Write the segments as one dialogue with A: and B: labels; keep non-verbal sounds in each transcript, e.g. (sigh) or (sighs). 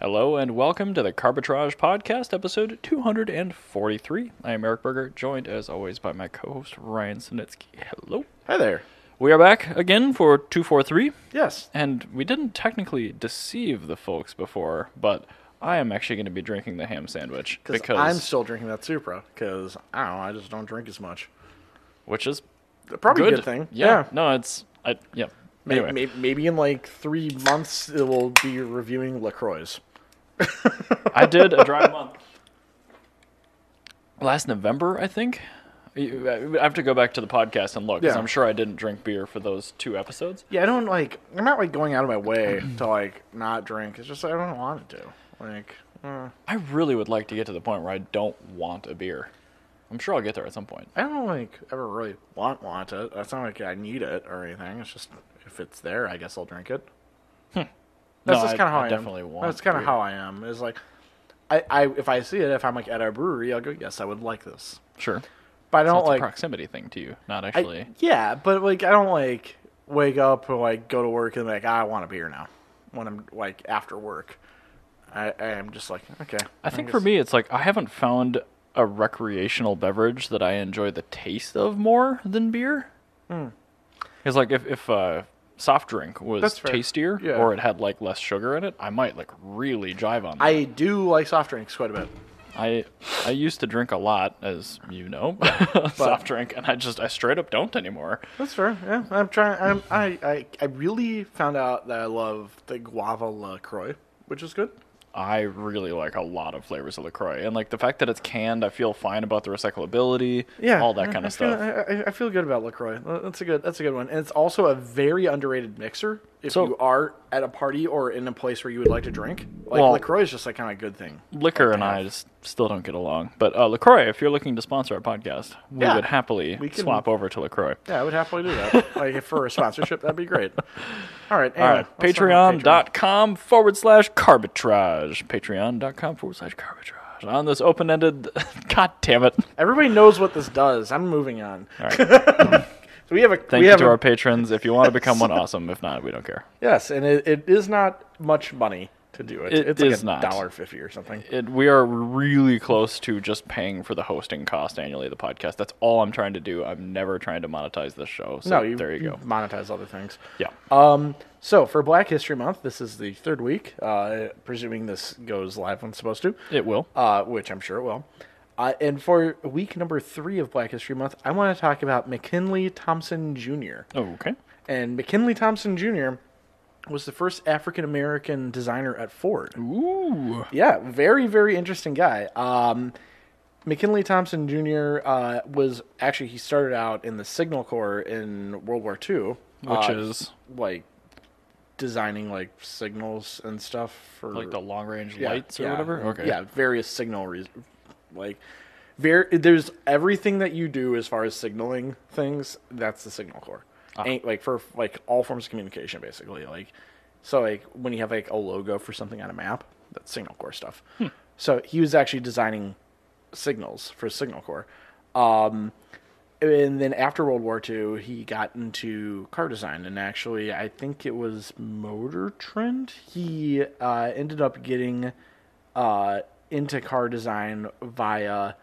A: Hello and welcome to the Carbitrage Podcast, episode 243. I am Eric Berger, joined as always by my co host Ryan Sinitsky. Hello.
B: Hi there.
A: We are back again for 243,
B: Yes.
A: and we didn't technically deceive the folks before, but I am actually going to be drinking the ham sandwich
B: Because
A: because,
B: I'm still drinking that Supra because I don't know, I just don't drink as much.
A: which is
B: Probably
A: good.
B: a good thing.
A: Yeah. No, it's, I, yeah.
B: May-
A: Anyway,
B: may- Maybe in like three months, it will be reviewing LaCroix.
A: I did a dry month last November, I think. You- I have to go back to the podcast and look because
B: Yeah.
A: I'm sure I didn't drink beer for those two episodes.
B: Yeah, I don't like, I'm not like going out of my (clears throat) way to like not drink. It's just I don't want to. Like, uh,
A: I really would like to get to the point where I don't want a beer. I'm sure I'll get there at some point.
B: I don't like ever really want want it. That's not like I need it or anything. It's just if it's there, I guess I'll drink it. That's
A: Hmm. No,
B: just
A: I-
B: kind of how
A: I
B: I, am.
A: definitely want
B: That's kind
A: beer.
B: of how I am. Is like, I, I if I see it, if I'm like at a brewery, I'll go. Yes, I would like this,
A: Sure.
B: but I
A: So
B: don't
A: it's a
B: like.
A: proximity thing to you, not
B: I-
A: actually.
B: yeah, but like I don't like wake up or like go to work and like I want a beer now when I'm like after work. I I am just like okay.
A: I, think for me, it's like I haven't found a recreational beverage that I enjoy the taste of more than beer.
B: Hmm.
A: Because like if if uh, soft drink was
B: That's fair.
A: tastier
B: Yeah.
A: or it had like less sugar in it, I might like really jive on that.
B: I do like soft drinks quite a bit.
A: I I used to drink a lot, as you know, (laughs) soft drink, and I just I straight up don't anymore.
B: That's fair. Yeah, I'm trying. I'm, I, I I really found out that I love the guava Lacroix, which is good.
A: I really like a lot of flavors of Lacroix, and like the fact that it's canned, I feel fine about the recyclability, all that
B: I-
A: kind
B: I
A: of
B: feel-
A: stuff.
B: I, I- I feel good about Lacroix. That's a good. That's a good one, and it's also a very underrated mixer. If
A: So-
B: you are at a party or in a place where you would like to drink, like
A: Well-
B: Lacroix is just like kind of a good thing.
A: Liquor and I just still don't get along, but uh, Lacroix, if you're looking to sponsor our podcast, we
B: Yeah.
A: would happily
B: We can-
A: swap over to Lacroix.
B: Yeah, I would happily do that. (laughs) like if for a sponsorship, that'd be great. (laughs) All right,
A: All
B: anyway,
A: right,
B: let's talk about Patreon.
A: patreon.com forward slash carbitrage. Patreon.com forward slash carbitrage. On this open ended, (laughs) god damn it.
B: Everybody knows what this does. I'm moving on.
A: All right.
B: (laughs) So we have a
A: Thank
B: we
A: you
B: have
A: to
B: a-
A: our patrons. If you
B: (laughs)
A: want to become one, awesome. If not, we don't care.
B: Yes, and it, it is not much money to do it.
A: It
B: it's
A: is
B: like
A: not.
B: a dollar fifty or something.
A: It, we are really close to just paying for the hosting cost annually of the podcast. That's all I'm trying to do. I'm never trying to monetize this show. So
B: no, you,
A: there you go.
B: Monetize other things.
A: Yeah.
B: Um. So for Black History Month, this is the third week. Uh, presuming this goes live when it's supposed to.
A: It will.
B: Uh, which I'm sure it will. Uh, and for week number three of Black History Month, I want to talk about McKinley Thompson Jr.
A: Okay.
B: And McKinley Thompson Jr. was the first African American designer at Ford.
A: Ooh.
B: Yeah, very very interesting guy. Um, McKinley Thompson Jr. Uh, was actually he started out in the Signal Corps in World War II,
A: Which
B: uh,
A: is
B: like designing like signals and stuff for
A: like the long range lights or
B: yeah,
A: whatever. Okay.
B: yeah, various signal re- like very there's everything that you do as far as signaling things that's the signal corps and, like for like all forms of communication basically like so like when you have like a logo for something on a map that's signal corps stuff so he was actually designing signals for signal corps um and then after World War II, he got into car design, and actually, I think it was Motor Trend. He uh, ended up getting uh, into car design via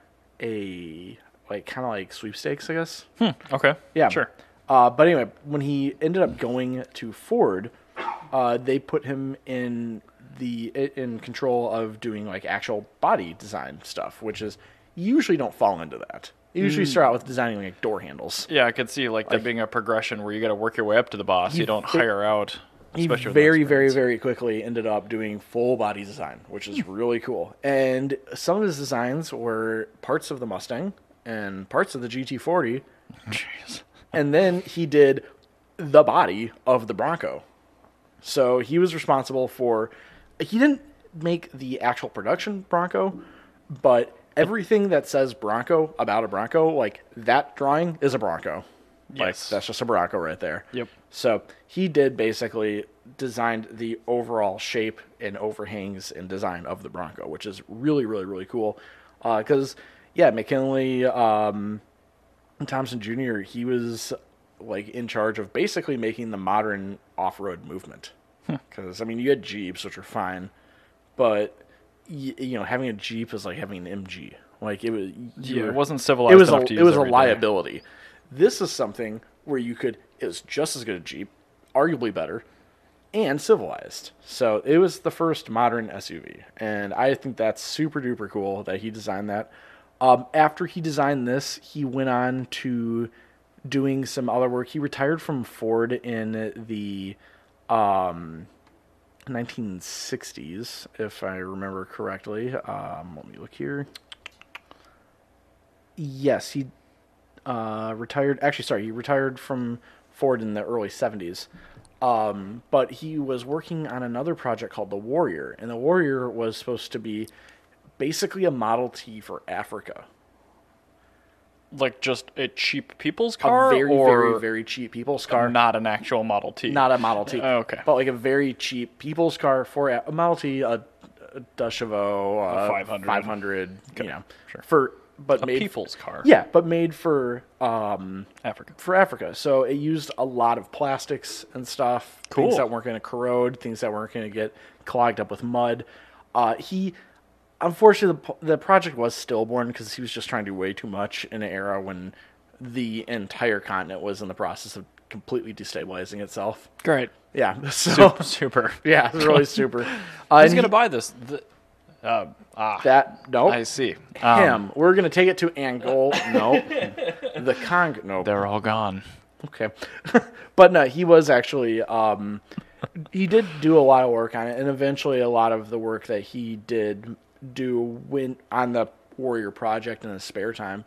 B: a like kind of like sweepstakes, I guess.
A: Okay.
B: Yeah.
A: Hmm, Sure.
B: Uh, but anyway, when he ended up going to Ford, uh, they put him in the i- in control of doing like actual body design stuff, which is you usually don't fall into that. You usually start out with designing like door handles.
A: Yeah, I could see like, there being a progression where you got to work your way up to the boss. You don't hire out.
B: He
A: especially with
B: very,
A: experience. Hmm.
B: very, very quickly ended up doing full body design, which is really cool. And some of his designs were parts of the Mustang and parts of the GT40,
A: Jeez.
B: and then he did the body of the Bronco. So he was responsible for. He didn't make the actual production Bronco, but everything that says Bronco about a Bronco, like that drawing, is a Bronco.
A: Yes.
B: Like that's just a Bronco right there.
A: Yep.
B: So he did basically designed the overall shape and overhangs and design of the Bronco, which is really, really, really cool. Because yeah, McKinley um, Thompson Jr. He was like in charge of basically
A: Hmm.
B: making the modern off-road movement. Because I mean, you had Jeeps, which were fine, but y- you know, having a Jeep is like having an MG. Like it was, you
A: Yeah,
B: were-
A: it wasn't civilized
B: it was
A: enough
B: a,
A: to
B: it
A: use
B: was a
A: every day.
B: liability. This is something where you could it was just as good a Jeep, arguably better, and civilized. So it was the first modern SUV, and I think that's super duper cool that he designed that. Um, after he designed this, he went on to doing some other work. He retired from Ford in the 1960s, if I remember correctly. Um, let me look here. Yes, he uh, retired. Actually, sorry, he retired from Ford in the early 70s. Um, but he was working on another project called the Warrior, and the Warrior was supposed to be basically a Model T for Africa.
A: Like just a cheap people's
B: A
A: car,
B: very,
A: or
B: very, very cheap people's car.
A: not an actual Model T.
B: not a Model T.
A: Oh, okay.
B: But like a very cheap people's car for a a Model T, a, a Dashavo, a,
A: 500.
B: 500, uh, you know, for but
A: a
B: made
A: people's car.
B: yeah, but made for um
A: Africa.
B: for Africa. So it used a lot of plastics and stuff, things
A: Cool.
B: that weren't going to corrode, things that weren't going to get clogged up with mud. Uh, he, unfortunately, the, p- the project was stillborn because he was just trying to do way too much in an era when the entire continent was in the process of completely destabilizing itself.
A: Great.
B: Yeah, (laughs) so
A: (laughs) Super.
B: yeah, it's
A: (laughs)
B: really super. Uh,
A: I was
B: and
A: gonna
B: he-
A: buy this. Th- uh, ah,
B: that no
A: I
B: (laughs)
A: see. Um,
B: him. We're gonna take it to
A: (laughs)
B: Angola. No, the Congo. No,
A: They're all gone.
B: Okay. (laughs) but no, he was actually um he did do a lot of work on it and eventually a lot of the work that he did do went on the Warrior project in his spare time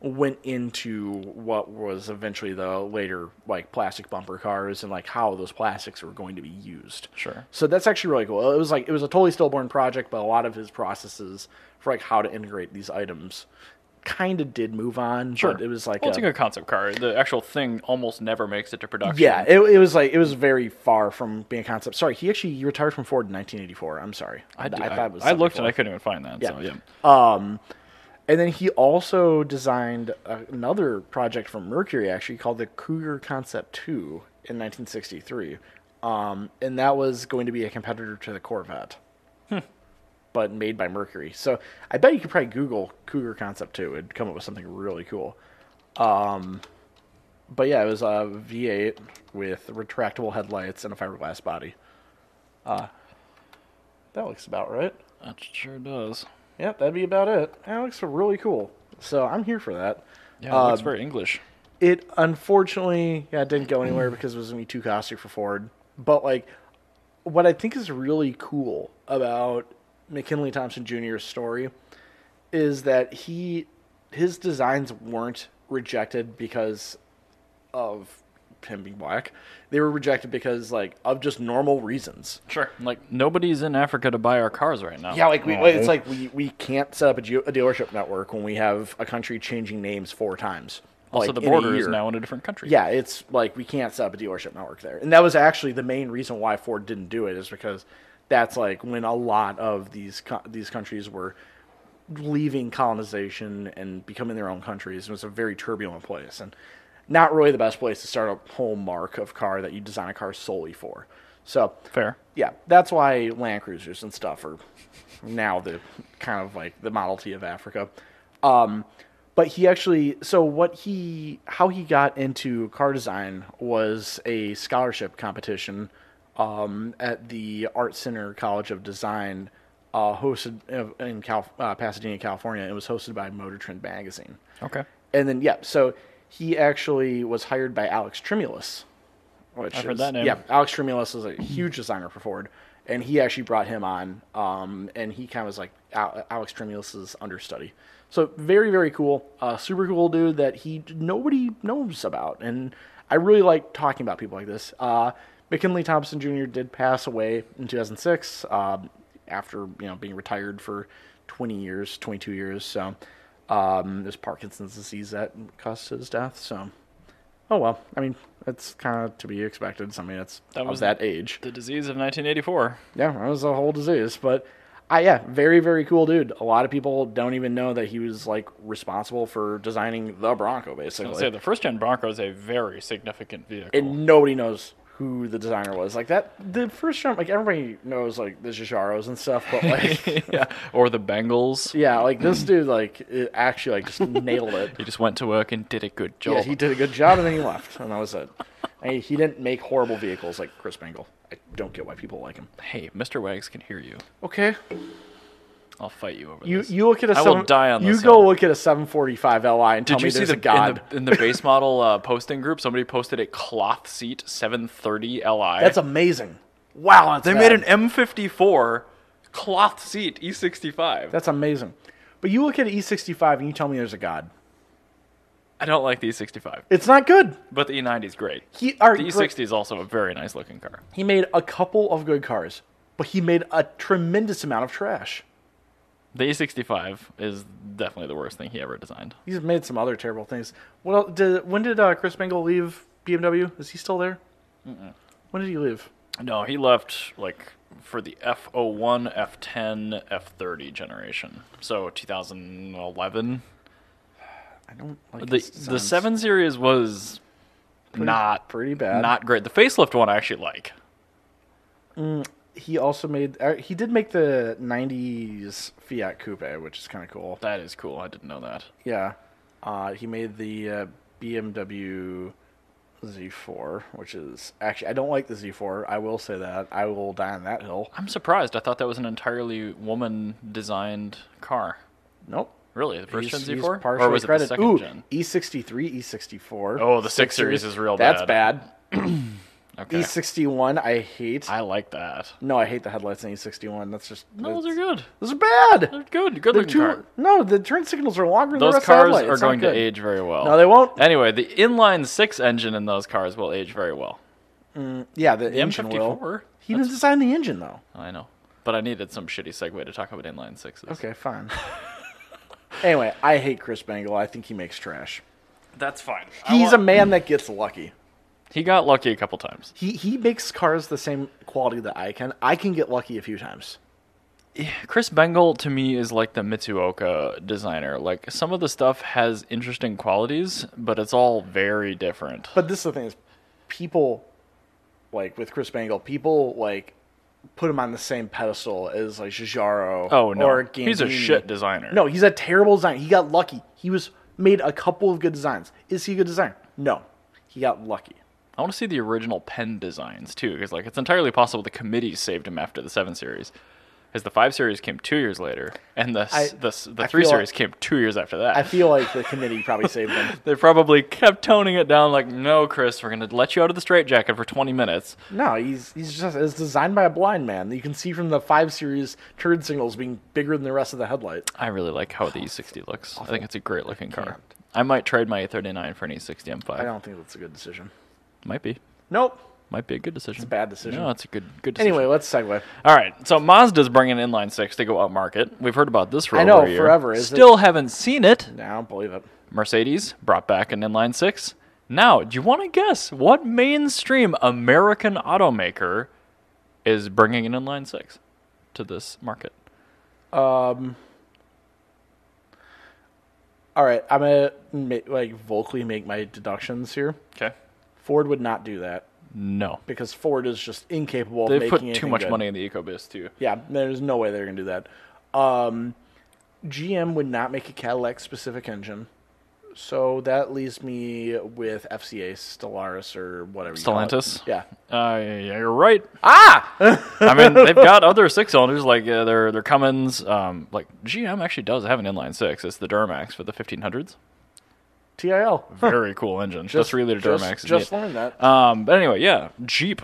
B: went into what was eventually the later like plastic bumper cars and like how those plastics were going to be used.
A: Sure.
B: So that's actually really cool. It was like it was a totally stillborn project, but a lot of his processes for like how to integrate these items kind of did move on,
A: Sure.
B: but it was like
A: well,
B: a-
A: it's a good concept car. The actual thing almost never makes it to production.
B: yeah, it, it was like it was very far from being a concept. Sorry, he actually he retired from Ford in 1984. I'm sorry,
A: I, d- I-
B: thought it was.
A: I looked and I
B: 74.
A: couldn't even find that. So
B: Yeah.
A: yeah.
B: Um, and then he also designed a- another project from Mercury actually called the Cougar Concept 2 in 1963, um, and that was going to be a competitor to the Corvette, but made by Mercury. So I bet you could probably Google Cougar Concept 2 and come up with something really cool. Um, but yeah, it was a V8 with retractable headlights and a fiberglass body. Uh, that looks about right.
A: That sure does.
B: Yep, that'd be about it. That looks really cool. So I'm here for that.
A: Yeah, it looks
B: Um,
A: very English.
B: It unfortunately yeah, it didn't go anywhere because it was gonna be too costly for Ford. But like what I think is really cool about McKinley Thompson Jr.'s story is that he his designs weren't rejected because of him being black. They were rejected because like of just normal reasons.
A: Sure. Like nobody's in Africa to buy our cars right now.
B: Yeah, like we,
A: Oh.
B: it's like we, we can't set up a, geo, a dealership network when we have a country changing names four times.
A: also
B: like,
A: the
B: in a
A: border is
B: year.
A: now in a different country.
B: Yeah, it's like we can't set up a dealership network there, and that was actually the main reason why Ford didn't do it is because that's like when a lot of these co- these countries were leaving colonization and becoming their own countries. It was a very turbulent place, and not really the best place to start a whole mark of car that you design a car solely for. So
A: Fair.
B: yeah, that's why Land Cruisers and stuff are now the kind of like the Model T of Africa. Um, but he actually, so what he, how he got into car design was a scholarship competition um, at the Art Center College of Design, uh, hosted uh, in Cal- uh, Pasadena, California. It was hosted by Motor Trend Magazine.
A: Okay.
B: And then yeah, so he actually was hired by Alex Tremulous. Which
A: I've heard
B: is-
A: that name.
B: Yeah, Alex Tremulous was a huge designer for Ford, and he actually brought him on. Um, and he kind of was like Al- Alex Tremulous's understudy. So very very cool, uh, super cool dude that he nobody knows about, and I really like talking about people like this. Uh, McKinley Thompson Jr. did pass away in 2006 um, after you know being retired for 20 years, 22 years. So um, there's Parkinson's disease that caused his death. So, oh well. I mean, that's kind of to be expected. Somebody that's
A: That
B: of
A: was-
B: that age.
A: The disease of 1984.
B: Yeah, that was a whole disease. But, I yeah, very very cool dude. A lot of people don't even know that he was like responsible for designing the Bronco,
A: I'll
B: basically.
A: say the first gen Bronco is a very significant vehicle.
B: and nobody knows who the designer was. Like that, the first drum, like everybody knows like the Jajaros and stuff,
A: (laughs)
B: but like,
A: (laughs) yeah. Or the Bengals.
B: yeah, like this dude like it actually like just nailed
A: (laughs)
B: it.
A: He just went to work and did a good job.
B: Yeah, he did a good job, and then he left, and that was it. And he- he didn't make horrible vehicles like Chris Bangle. I don't get why people like him.
A: Hey, Mr. Wags can hear you.
B: Okay,
A: I'll fight you over
B: you
A: this.
B: you look at a
A: I will
B: seven,
A: die on
B: you
A: this
B: go
A: hill.
B: look at a 745 Li and tell
A: Did
B: me
A: you see
B: there's
A: the
B: a god.
A: in the in the base model uh, posting group? Somebody posted a cloth seat 730 Li.
B: That's amazing. Wow, that's
A: they
B: bad.
A: made an M54 cloth seat E E65.
B: That's amazing. But you look at an E65 and you tell me there's a god.
A: I don't like the E65,
B: It's not good.
A: but the E90 is great.
B: He are,
A: The E E60 is also a very nice looking car.
B: He made a couple of good cars, but he made a tremendous amount of trash.
A: The E65 is definitely the worst thing he ever designed.
B: He's made some other terrible things. What else, did, when did uh, Chris Bangle leave BMW? Is he still there? When did he leave?
A: No, he left like for the F01, F10, F30 generation. So 2011.
B: I don't like
A: The
B: his
A: the
B: designs.
A: 7 series was not
B: pretty bad.
A: Not great. The facelift one I actually like.
B: He also made uh, he did make the '90s Fiat Coupe, which is kind of cool.
A: That is cool. I didn't know that.
B: Yeah, uh, he made the uh, BMW Z4, which is actually I don't like the Z4. I will say that I will die on that hill.
A: I'm surprised. I thought that was an entirely woman designed car.
B: Nope.
A: Really? The first
B: He's-
A: gen
B: he's
A: Z4?
B: partially
A: Or was it
B: credited-
A: the second
B: Ooh, E
A: gen?
B: E63, E64.
A: Oh, the six series is real
B: That's
A: bad.
B: bad.
A: Okay.
B: E61, I hate.
A: I like that.
B: no, I hate the headlights in E61. That's just
A: No, those are
B: that's-
A: good.
B: Those are bad.
A: They're good. Good
B: They're
A: looking car.
B: too, no, the turn signals are longer than the
A: Those
B: rest of the
A: cars
B: headlight.
A: are
B: It's not
A: going to
B: good.
A: age very well.
B: No, they won't.
A: Anyway, the inline six engine in those cars will age very well.
B: Yeah, the,
A: The
B: engine will.
A: M54?
B: He didn't design the engine though.
A: I know. But I needed some shitty segue to talk about inline sixes.
B: Okay, (laughs) fine. anyway, I hate Chris Bangle. I think he makes trash.
A: That's fine. I
B: He's a
A: want-
B: man that gets lucky.
A: He got lucky a couple times.
B: He he makes cars the same quality that I can. I can get lucky a few times.
A: Chris Bengal to me is like the Mitsuoka designer. Like some of the stuff has interesting qualities, but it's all very different.
B: But this is the thing is people like with Chris Bangle, people like put him on the same pedestal as like Jajaro
A: Oh no,
B: or Gandini.
A: he's a shit designer.
B: No, he's a terrible designer. He got lucky. He was made a couple of good designs. Is he a good designer? No. He got lucky.
A: I want to see the original pen designs too, because like it's entirely possible the committee saved him after the seven series, because the five series came two years later, and the s
B: I-
A: the s- the
B: I
A: three
B: feel-
A: series came two years after that.
B: I feel like the committee probably
A: (laughs)
B: saved him.
A: they probably kept toning it down, like, no, Chris, we're gonna let you out of the straitjacket for twenty minutes.
B: No, he's he's just it's designed by a blind man. You can see from the five series turn signals being bigger than the rest of the headlight.
A: I really like how the E60 looks. I think it's a great looking car. I might trade my A39 for an E E60 M5.
B: I don't think that's a good decision.
A: Might be.
B: Nope.
A: Might be a good decision. It's a
B: bad decision.
A: No, it's a good good decision.
B: Anyway, let's segue.
A: all right. So Mazda's bringing an inline six to go upmarket. We've heard about this for
B: I
A: over
B: know,
A: a year.
B: forever, is it?
A: Still haven't seen it.
B: No, I don't believe it.
A: Mercedes brought back an inline six. Now, do you want to guess what mainstream American automaker is bringing an inline six to this market?
B: Um, All right, I'm gonna ma- like vocally make my deductions here.
A: Okay.
B: Ford would not do that
A: No.
B: because Ford is just incapable of
A: They've
B: making
A: put too
B: anything
A: much
B: good.
A: money in the EcoBoost too.
B: Yeah, there's no way they're gonna do that. Um, GM would not make a Cadillac specific engine, so that leaves me with FCA, Stellaris, or whatever. you call it.
A: Stellantis?
B: Yeah.
A: Uh, yeah, you're right.
B: Ah,
A: (laughs) I mean, they've got other six cylinders like uh, their their Cummins. Um, like GM actually does have an inline six. It's the Duramax for the 1500s.
B: TIL.
A: Very cool engine. Just, the three liter
B: just-
A: Duramax.
B: Just
A: indeed.
B: learned that.
A: um, but anyway, yeah, Jeep,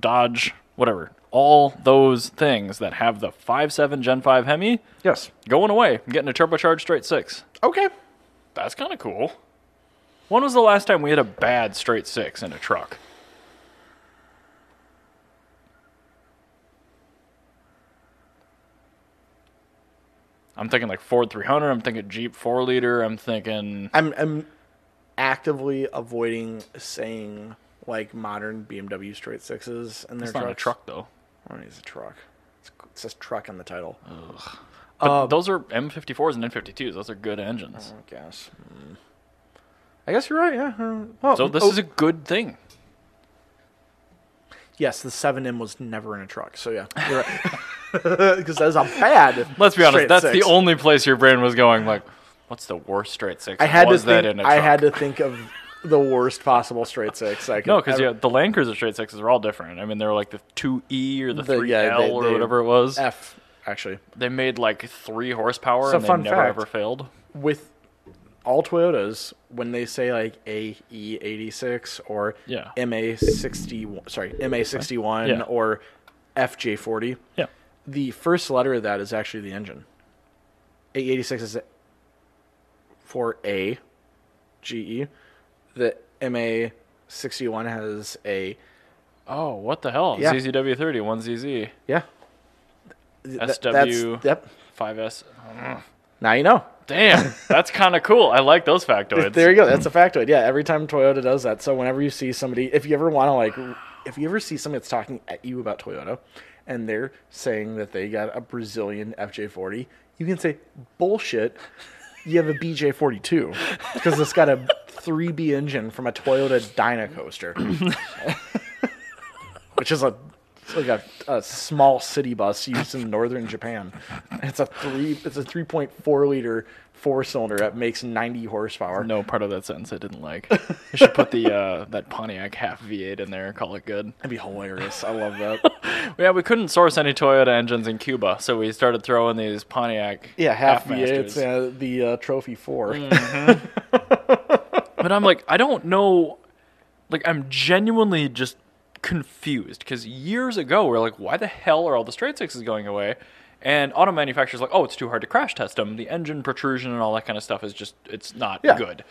A: Dodge, whatever. All those things that have the 5.7 Gen 5 Hemi
B: Yes.
A: going away, getting a turbocharged straight six.
B: Okay.
A: That's kind of cool. When was the last time we had a bad straight six in a truck? I'm thinking like Ford 300. I'm thinking Jeep 4 liter. I'm thinking.
B: I'm I'm actively avoiding saying like modern BMW straight sixes and their
A: It's not a
B: trucks.
A: truck though.
B: Oh, it's a truck. It's, it says truck on the title.
A: Oh. But Uh, those are M54s and N52s. Those are good engines.
B: I guess. Mm.
A: Oh,
B: I guess you're right. Yeah. uh, Well,
A: So this
B: oh,
A: is a good thing.
B: Yes, the 7M was never in a truck. So yeah, (laughs) because that's a bad.
A: Let's be honest.
B: straight
A: That's the
B: six.
A: only place your brain was going. Like, what's the worst straight six?
B: I had to
A: was that
B: think.
A: in a
B: I
A: truck?
B: had to think of the worst possible straight six. I could
A: No, because
B: ever-
A: yeah, the Lankers of straight sixes are all different. I mean, they were like the two E or the
B: The-
A: three
B: yeah,
A: L
B: they-
A: or
B: they-
A: whatever it was.
B: F actually
A: They made like three horsepower
B: So
A: and they
B: fun
A: never
B: fact.
A: ever failed.
B: with all Toyotas when they say like AE86 or
A: Yeah.
B: MA61, sorry MA61
A: Yeah.
B: or FJ40,
A: Yeah.
B: the first letter of that is actually the engine. A86 is for A, GE. The MA61 has a
A: Oh, what the hell?
B: Yeah.
A: ZZW30, one ZZ,
B: yeah. Th- th-
A: SW.
B: That's, yep.
A: 5S.
B: Now you know.
A: Damn, that's kind of cool. I like those factoids.
B: There you go. That's a factoid. Yeah, every time Toyota does that. So whenever you see somebody, if you ever want to like, if you ever see somebody that's talking at you about Toyota, and they're saying that they got a Brazilian FJ40, you can say bullshit. You have a BJ42 because it's got a 3B engine from a Toyota Dynacoaster, (laughs) which is a it's like a, a small city bus used in northern Japan. It's a three it's a 3.4 liter four cylinder that makes 90 horsepower.
A: No part of that sentence I didn't like. You should put the uh, that Pontiac half V8 in there and call it good.
B: That'd be hilarious. I love that.
A: Yeah, we couldn't source any Toyota engines in Cuba, so we started throwing these Pontiac
B: (laughs) Yeah, half V8.
A: masters.
B: It's uh, the uh, trophy four.
A: Mm. But I'm like, I don't know. Like, I'm genuinely just confused because years ago we we're like, why the hell are all the straight sixes going away? And auto manufacturers like, oh, it's too hard to crash test them. The engine protrusion and all that kind of stuff is just, it's not
B: Yeah.
A: good.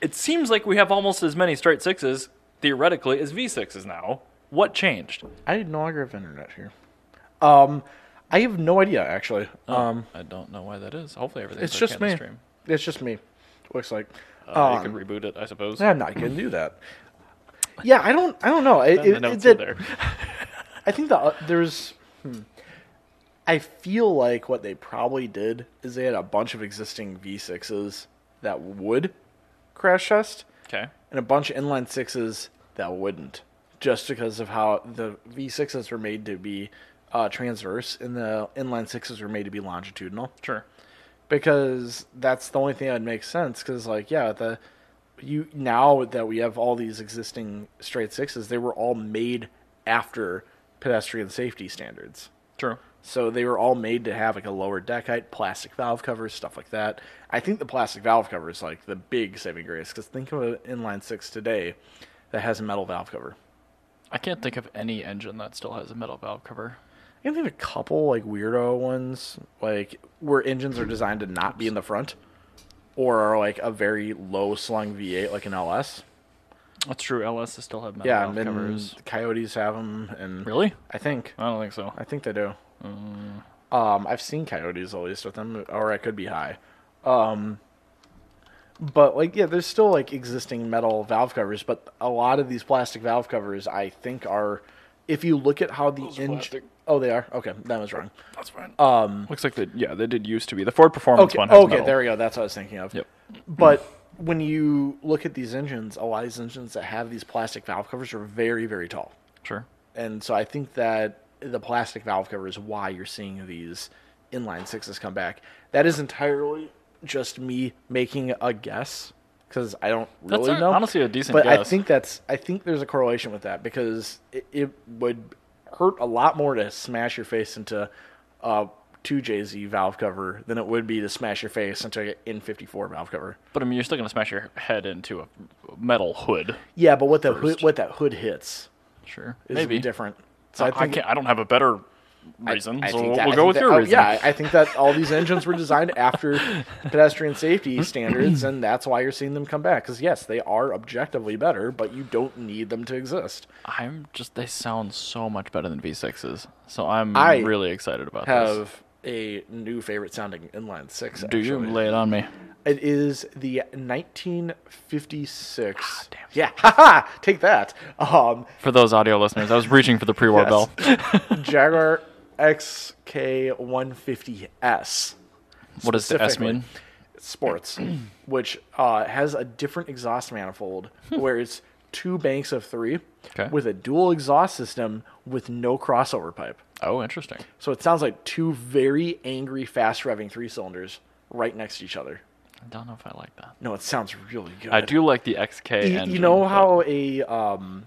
A: It seems like we have almost as many straight sixes theoretically as V sixes now. What changed?
B: (laughs) I no longer have internet here. Um, I have no idea actually. um,
A: I don't know why that is. Hopefully everything's
B: it's just
A: okay Oh, on
B: me.
A: the stream.
B: It's just me. Looks like.
A: Uh,
B: Um,
A: you could reboot it, I suppose.
B: I'm not gonna
A: (laughs)
B: do that. Yeah, I don't. I don't know. It,
A: And
B: it,
A: the notes
B: it-
A: are
B: it-
A: there.
B: I think the uh, there's. hmm. I feel like what they probably did is they had a bunch of existing V6s that would crash test,
A: Okay.
B: and a bunch of inline sixes that wouldn't, just because of how the V sixes were made to be uh, transverse and the inline sixes were made to be longitudinal.
A: Sure.
B: Because that's the only thing that would make sense. Because like yeah, the you now that we have all these existing straight sixes, they were all made after pedestrian safety standards.
A: True.
B: So they were all made to have like a lower deck height, plastic valve covers, stuff like that. I think the plastic valve cover is like the big saving grace because think of an inline six today that has a metal valve cover.
A: I can't think of any engine that still has a metal valve cover.
B: I can think of a couple like weirdo ones, like where engines are designed to not be in the front, or are like a very low slung V8 like an LS.
A: That's true. LSs still have metal
B: Yeah,
A: valve
B: and
A: covers.
B: Coyotes have them, and
A: Really?
B: I think
A: I don't think so.
B: I think they do.
A: Mm.
B: Um, I've seen coyotes at least with them, or I could be high. Um, but like, yeah, there's still like existing metal valve covers, but a lot of these plastic valve covers, I think, are if you look at how the
A: Those are plastic.
B: engine. Oh, they are. Okay, that was wrong.
A: That's fine. Um, looks like they yeah they did used to be the Ford Performance
B: Okay,
A: one. Has
B: okay,
A: metal.
B: there we go. That's what I was thinking of.
A: Yep.
B: But when you look at these engines, a lot of these engines that have these plastic valve covers are very, very tall.
A: Sure.
B: And so I think that the plastic valve cover is why you're seeing these inline sixes come back. That is entirely just me making a guess because I don't
A: That's
B: really
A: a-
B: know.
A: honestly a decent
B: but I
A: guess.
B: think that's I think there's a correlation with that because it, it would hurt a lot more to smash your face into a two JZ valve cover than it would be to smash your face into an N54 valve cover.
A: But I mean, you're still gonna smash your head into a metal hood.
B: Yeah, but what the hood, what that hood hits
A: Sure.
B: is
A: Maybe
B: different. So
A: I,
B: I think
A: can't. I don't have a better reason,
B: I
A: so
B: think
A: we'll,
B: that-
A: we'll
B: I
A: go
B: think
A: with
B: that-
A: your
B: oh,
A: reason.
B: Yeah, I- I think that all these engines
A: (laughs)
B: were designed after
A: (clears throat)
B: pedestrian safety standards, and that's why you're seeing them come back. Because yes, they are objectively better, but you don't need them to exist.
A: I'm just. They sound so much better than V6s, so I'm
B: I
A: really excited about this.
B: Have a new favorite sounding inline six.
A: Do you
B: actually.
A: lay it on me?
B: It is the 1956.
A: damn.
B: Yeah, (laughs) haha, take that. Um,
A: For those audio listeners, I was reaching for the pre-war bell.
B: (laughs) Jaguar XK150S.
A: What does the S
B: specifically.
A: mean?
B: (clears throat) sports, which uh, has a different exhaust manifold where it's two banks of three
A: Hmm. Okay.
B: with a dual exhaust system with no crossover pipe.
A: Oh, interesting.
B: So it sounds like two very angry, fast revving three cylinders right next to each other.
A: I don't know if I like that.
B: No, it sounds really good.
A: I do like the XK.
B: You,
A: engine,
B: you know
A: but-
B: how a um,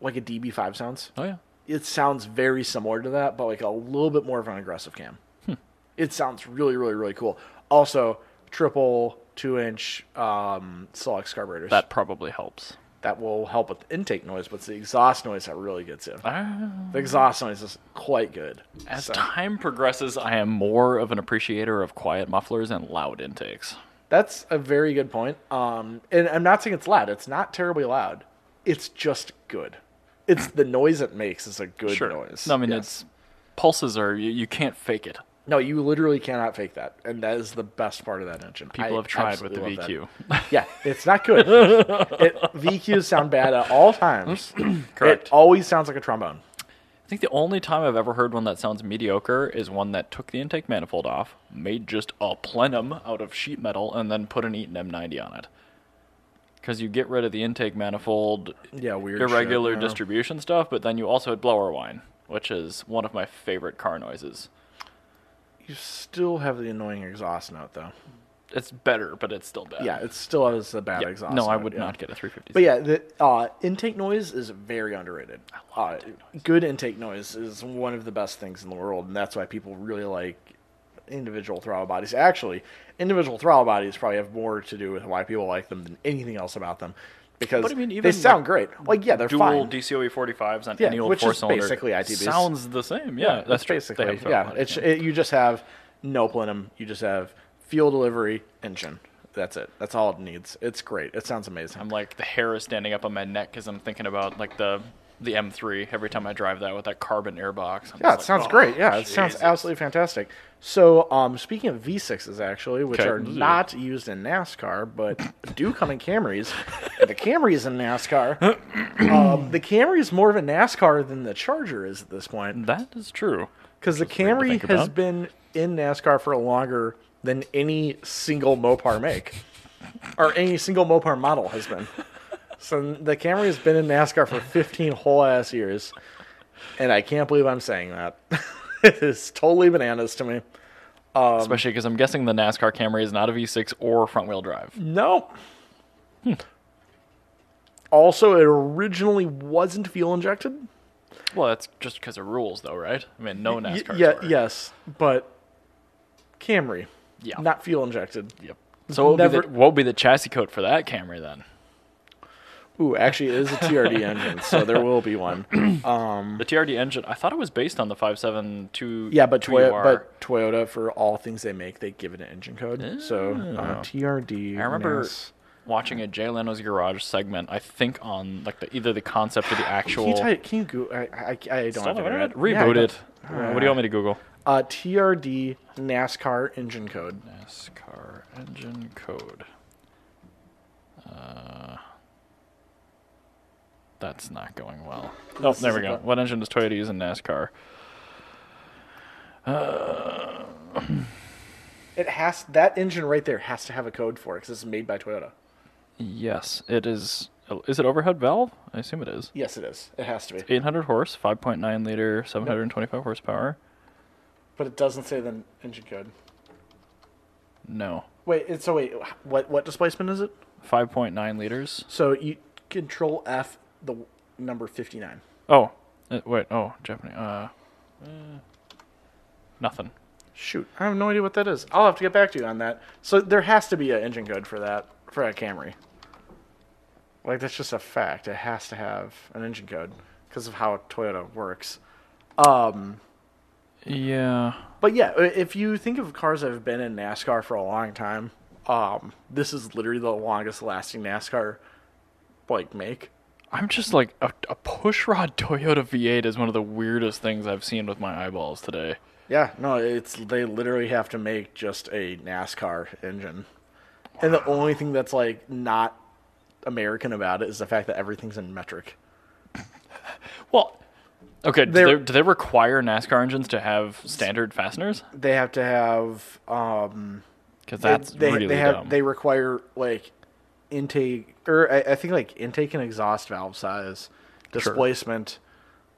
B: like a DB5 sounds?
A: Oh yeah.
B: It sounds very similar to that, but like a little bit more of an aggressive cam.
A: Hmm.
B: It sounds really, really, really cool. Also, triple two inch um, Solex carburetors.
A: That probably helps.
B: that will help with the intake noise, but it's the exhaust noise that really gets in.
A: Ah,
B: The exhaust noise is quite good.
A: As
B: So,
A: time progresses, I am more of an appreciator of quiet mufflers and loud intakes.
B: that's a very good point. Um, and I'm not saying it's loud. It's not terribly loud. It's just good. It's the noise it makes is a good noise.
A: No, I mean,
B: Yes.
A: it's pulses are you, you can't fake it.
B: No, you literally cannot fake that, and that is the best part of that engine.
A: People
B: I
A: have tried with the
B: absolutely love
A: VQ.
B: that. yeah, it's
A: (laughs)
B: not good. it, VQs sound bad at all times.
A: (clears throat) Correct.
B: It always sounds like a trombone.
A: I think the only time I've ever heard one that sounds mediocre is one that took the intake manifold off, made just a plenum out of sheet metal, and then put an Eaton M90 on it. Because you get rid of the intake manifold,
B: Yeah, weird.
A: irregular
B: shit. Yeah.
A: distribution stuff, but then you also had blower whine, which is one of my favorite car noises.
B: You still have the annoying exhaust note, though.
A: It's better, but it's still bad.
B: Yeah, it still has the bad
A: Uh, Yeah.
B: exhaust.
A: No, I
B: note,
A: would
B: yeah.
A: not get a 350.
B: But yeah, the uh, intake noise is very underrated.
A: love
B: Uh, good intake noise is one of the best things in the world, and that's why people really like individual throttle bodies. Actually, individual throttle bodies probably have more to do with why people like them than anything else about them, because
A: But I mean,
B: they
A: even,
B: sound
A: like,
B: great. Like yeah, they're
A: dual
B: fine.
A: DCOE 45s on
B: Yeah,
A: E any old
B: which is
A: four cylinder
B: basically ITBs.
A: sounds the same. Yeah, that's
B: It's
A: true. They
B: basically
A: have twelve
B: yeah.
A: bodies,
B: It's it, you just have no plenum. You just have fuel delivery engine. That's it. That's all it needs. It's great. It sounds amazing.
A: I'm like the hair is standing up on my neck because I'm thinking about like the the M3 every time I drive that with that carbon airbox. I'm just
B: Yeah, it
A: like,
B: sounds
A: "Oh,
B: great. Yeah, it sounds
A: Jesus."
B: absolutely fantastic. So, um, speaking of V6s, actually, which
A: Okay. Mm.
B: are not used in NASCAR, but do come in Camrys, and the Camry is
A: (laughs)
B: in NASCAR. um, the Camry is more of a NASCAR than the Charger is at this point
A: "Oh." That is true.
B: because the
A: weird to
B: Camry
A: think
B: has
A: about.
B: been in NASCAR for longer than any single Mopar make or any single Mopar model has been. So the Camry has been in NASCAR for 15 whole ass years, and I can't believe I'm saying that. (laughs) it is totally bananas to me. Um,
A: Especially because I'm guessing the NASCAR Camry is not a V6 or front wheel drive.
B: No. Hmm. Also, it originally wasn't fuel injected.
A: Well, that's just because of rules, though, right? I mean, no
B: Y-
A: NASCAR.
B: yeah, yes, but Camry,
A: Yeah.
B: not fuel injected.
A: Yep. So what would, be
B: Never-
A: the, what would be the chassis code for that Camry then?
B: Ooh, actually, it is
A: (laughs)
B: a TRD engine, so there will
A: (clears throat)
B: be one.
A: The TRD engine. I thought it was based on the 572.
B: Yeah, but, Toyo-
A: 2UR.
B: but Toyota, for all things they make, they give it an engine code. So uh, TRD.
A: Oh. I remember
B: NAS.
A: watching a Jay Leno's Garage segment. I think on like the either the concept or the actual.
B: Can you, type, can you go? I, I, I don't
A: Still
B: have
A: no
B: internet.
A: internet?
B: Yeah, I
A: Reboot
B: don't-
A: it. what do you want me to Google?
B: Uh, TRD NASCAR engine code.
A: NASCAR engine code. Uh, that's not going well. Oh,
B: This
A: there we
B: is
A: go.
B: about-
A: What engine does Toyota use in NASCAR? Uh,
B: It has that engine right there has to have a code for it because it's made by Toyota.
A: Yes, it is. Is it overhead valve? I assume it is.
B: Yes, it is. It has to be.
A: 800 horse, 5.9 liter, 725 horsepower.
B: But it doesn't say the engine code.
A: No,
B: Wait, it's, so wait, what what displacement is it?
A: 5.9 liters.
B: So you control F the w- number fifty nine.
A: Oh, uh, wait. Oh, Japanese. Uh, eh, nothing.
B: Shoot, I have no idea what that is. I'll have to get back to you on that. So there has to be an engine code for that for a Camry. Like that's just a fact. It has to have an engine code because of how Toyota works. Um,
A: Yeah.
B: but yeah, i- if you think of cars that have been in NASCAR for a long time, um, this is literally the longest lasting NASCAR like make.
A: I'm just like a, a push rod Toyota V8 is one of the weirdest things I've seen with my eyeballs today.
B: Yeah, no, it's they literally have to make just a NASCAR engine. And the only thing that's like not American about it is the fact that everything's in metric.
A: Well, okay. Do
B: They're-
A: they, do they require NASCAR engines to have standard fasteners?
B: They have to have um
A: Because
B: they-
A: that's
B: they,
A: really
B: they have
A: dumb.
B: they require like intake or I, I think like intake and exhaust valve size, displacement,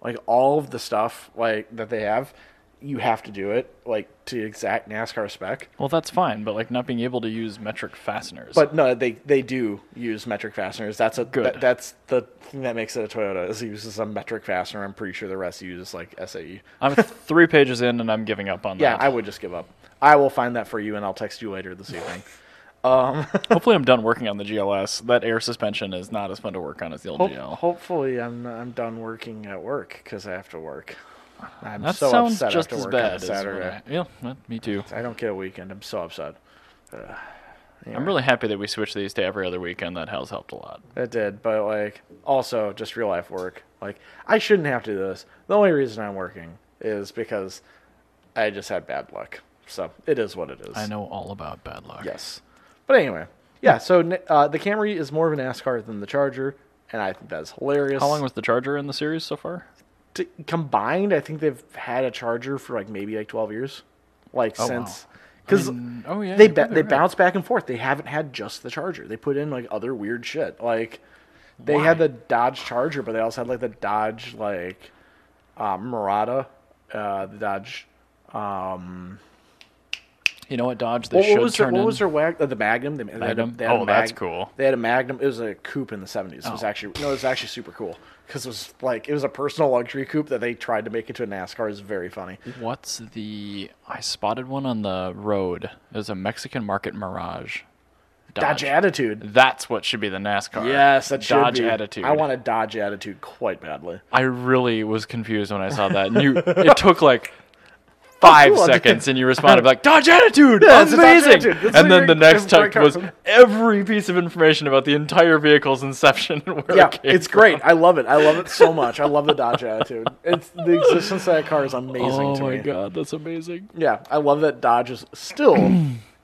B: like all of the stuff like that they have, you have to do it like to exact NASCAR spec.
A: Well, that's fine, but like not being able to use metric fasteners.
B: But no, they they do use metric fasteners. That's a
A: Good.
B: that- that's the thing that makes it a Toyota is it uses a metric fastener. I'm pretty sure the rest uses like SAE.
A: I'm three pages in and I'm giving up on
B: Yeah,
A: that.
B: I would just give up. I will find that for you and I'll text you later this evening. (laughs) Um,
A: (laughs) Hopefully, I'm done working on the GLS. That air suspension is not as fun to work on as the old
B: Hope-
A: GL.
B: Hopefully, I'm I'm done working at work because I have to work. I'm
A: That
B: so
A: sounds
B: upset
A: just
B: after
A: as
B: work on
A: bad. As
B: Saturday.
A: what I, yeah, that- me too.
B: I don't get a weekend. I'm so upset.
A: I'm really happy that we switched these to every other weekend. That has helped a lot.
B: It did, but like also just real life work. Like I shouldn't have to do this. The only reason I'm working is because I just had bad luck. So it is what it is.
A: I know all about bad luck.
B: Yes. But anyway, yeah. So uh, the Camry is more of an NASCAR than the Charger, and I think that's hilarious.
A: How long was the Charger in the series so far?
B: to, combined, I think they've had a charger for like maybe like twelve years, like
A: wow.
B: since because
A: mean, oh, yeah,
B: they
A: you're
B: ba-
A: probably
B: they
A: right.
B: bounce back and forth. They haven't had just the charger. They put in like other weird shit. Like they had
A: Why?
B: the Dodge Charger, but they also had like the Dodge like uh, Murata, uh, the Dodge.
A: You know what Dodge? They
B: What,
A: should
B: what was their,
A: turn
B: what
A: in.
B: was their wag- uh, the Magnum? They, they had a-
A: Magnum?
B: they had a
A: Oh, that's cool. Oh.
B: They had a Magnum. It was a coupe in the seventies. It was actually no, it was actually super cool because it was like it was a personal luxury coupe that they tried to make into a NASCAR. It was very funny.
A: What's the? I spotted one on the road. It was a Mexican market Mirage.
B: Dodge attitude.
A: That's what should be the NASCAR.
B: Yes, that should
A: Dodge
B: be.
A: attitude.
B: I want a Dodge attitude
A: (laughs)
B: quite badly.
A: I really was confused when I saw that.
B: (laughs)
A: And you, it took like five
B: Cool, I did
A: seconds, and you responded like "Dodge attitude,
B: Yes, it's Dodge
A: amazing!"
B: attitude. That's
A: And then
B: what
A: the
B: you-
A: next
B: that's
A: text
B: what
A: was
B: I got.
A: every piece of information about the entire vehicle's inception and where
B: Yeah,
A: it came
B: it's great. I love it. I love it so much. I love
A: (laughs)
B: the Dodge attitude. It's the existence of that car is amazing
A: Oh
B: to
A: my
B: me.
A: god, that's amazing.
B: Yeah, I love that Dodge is
A: (clears throat)
B: still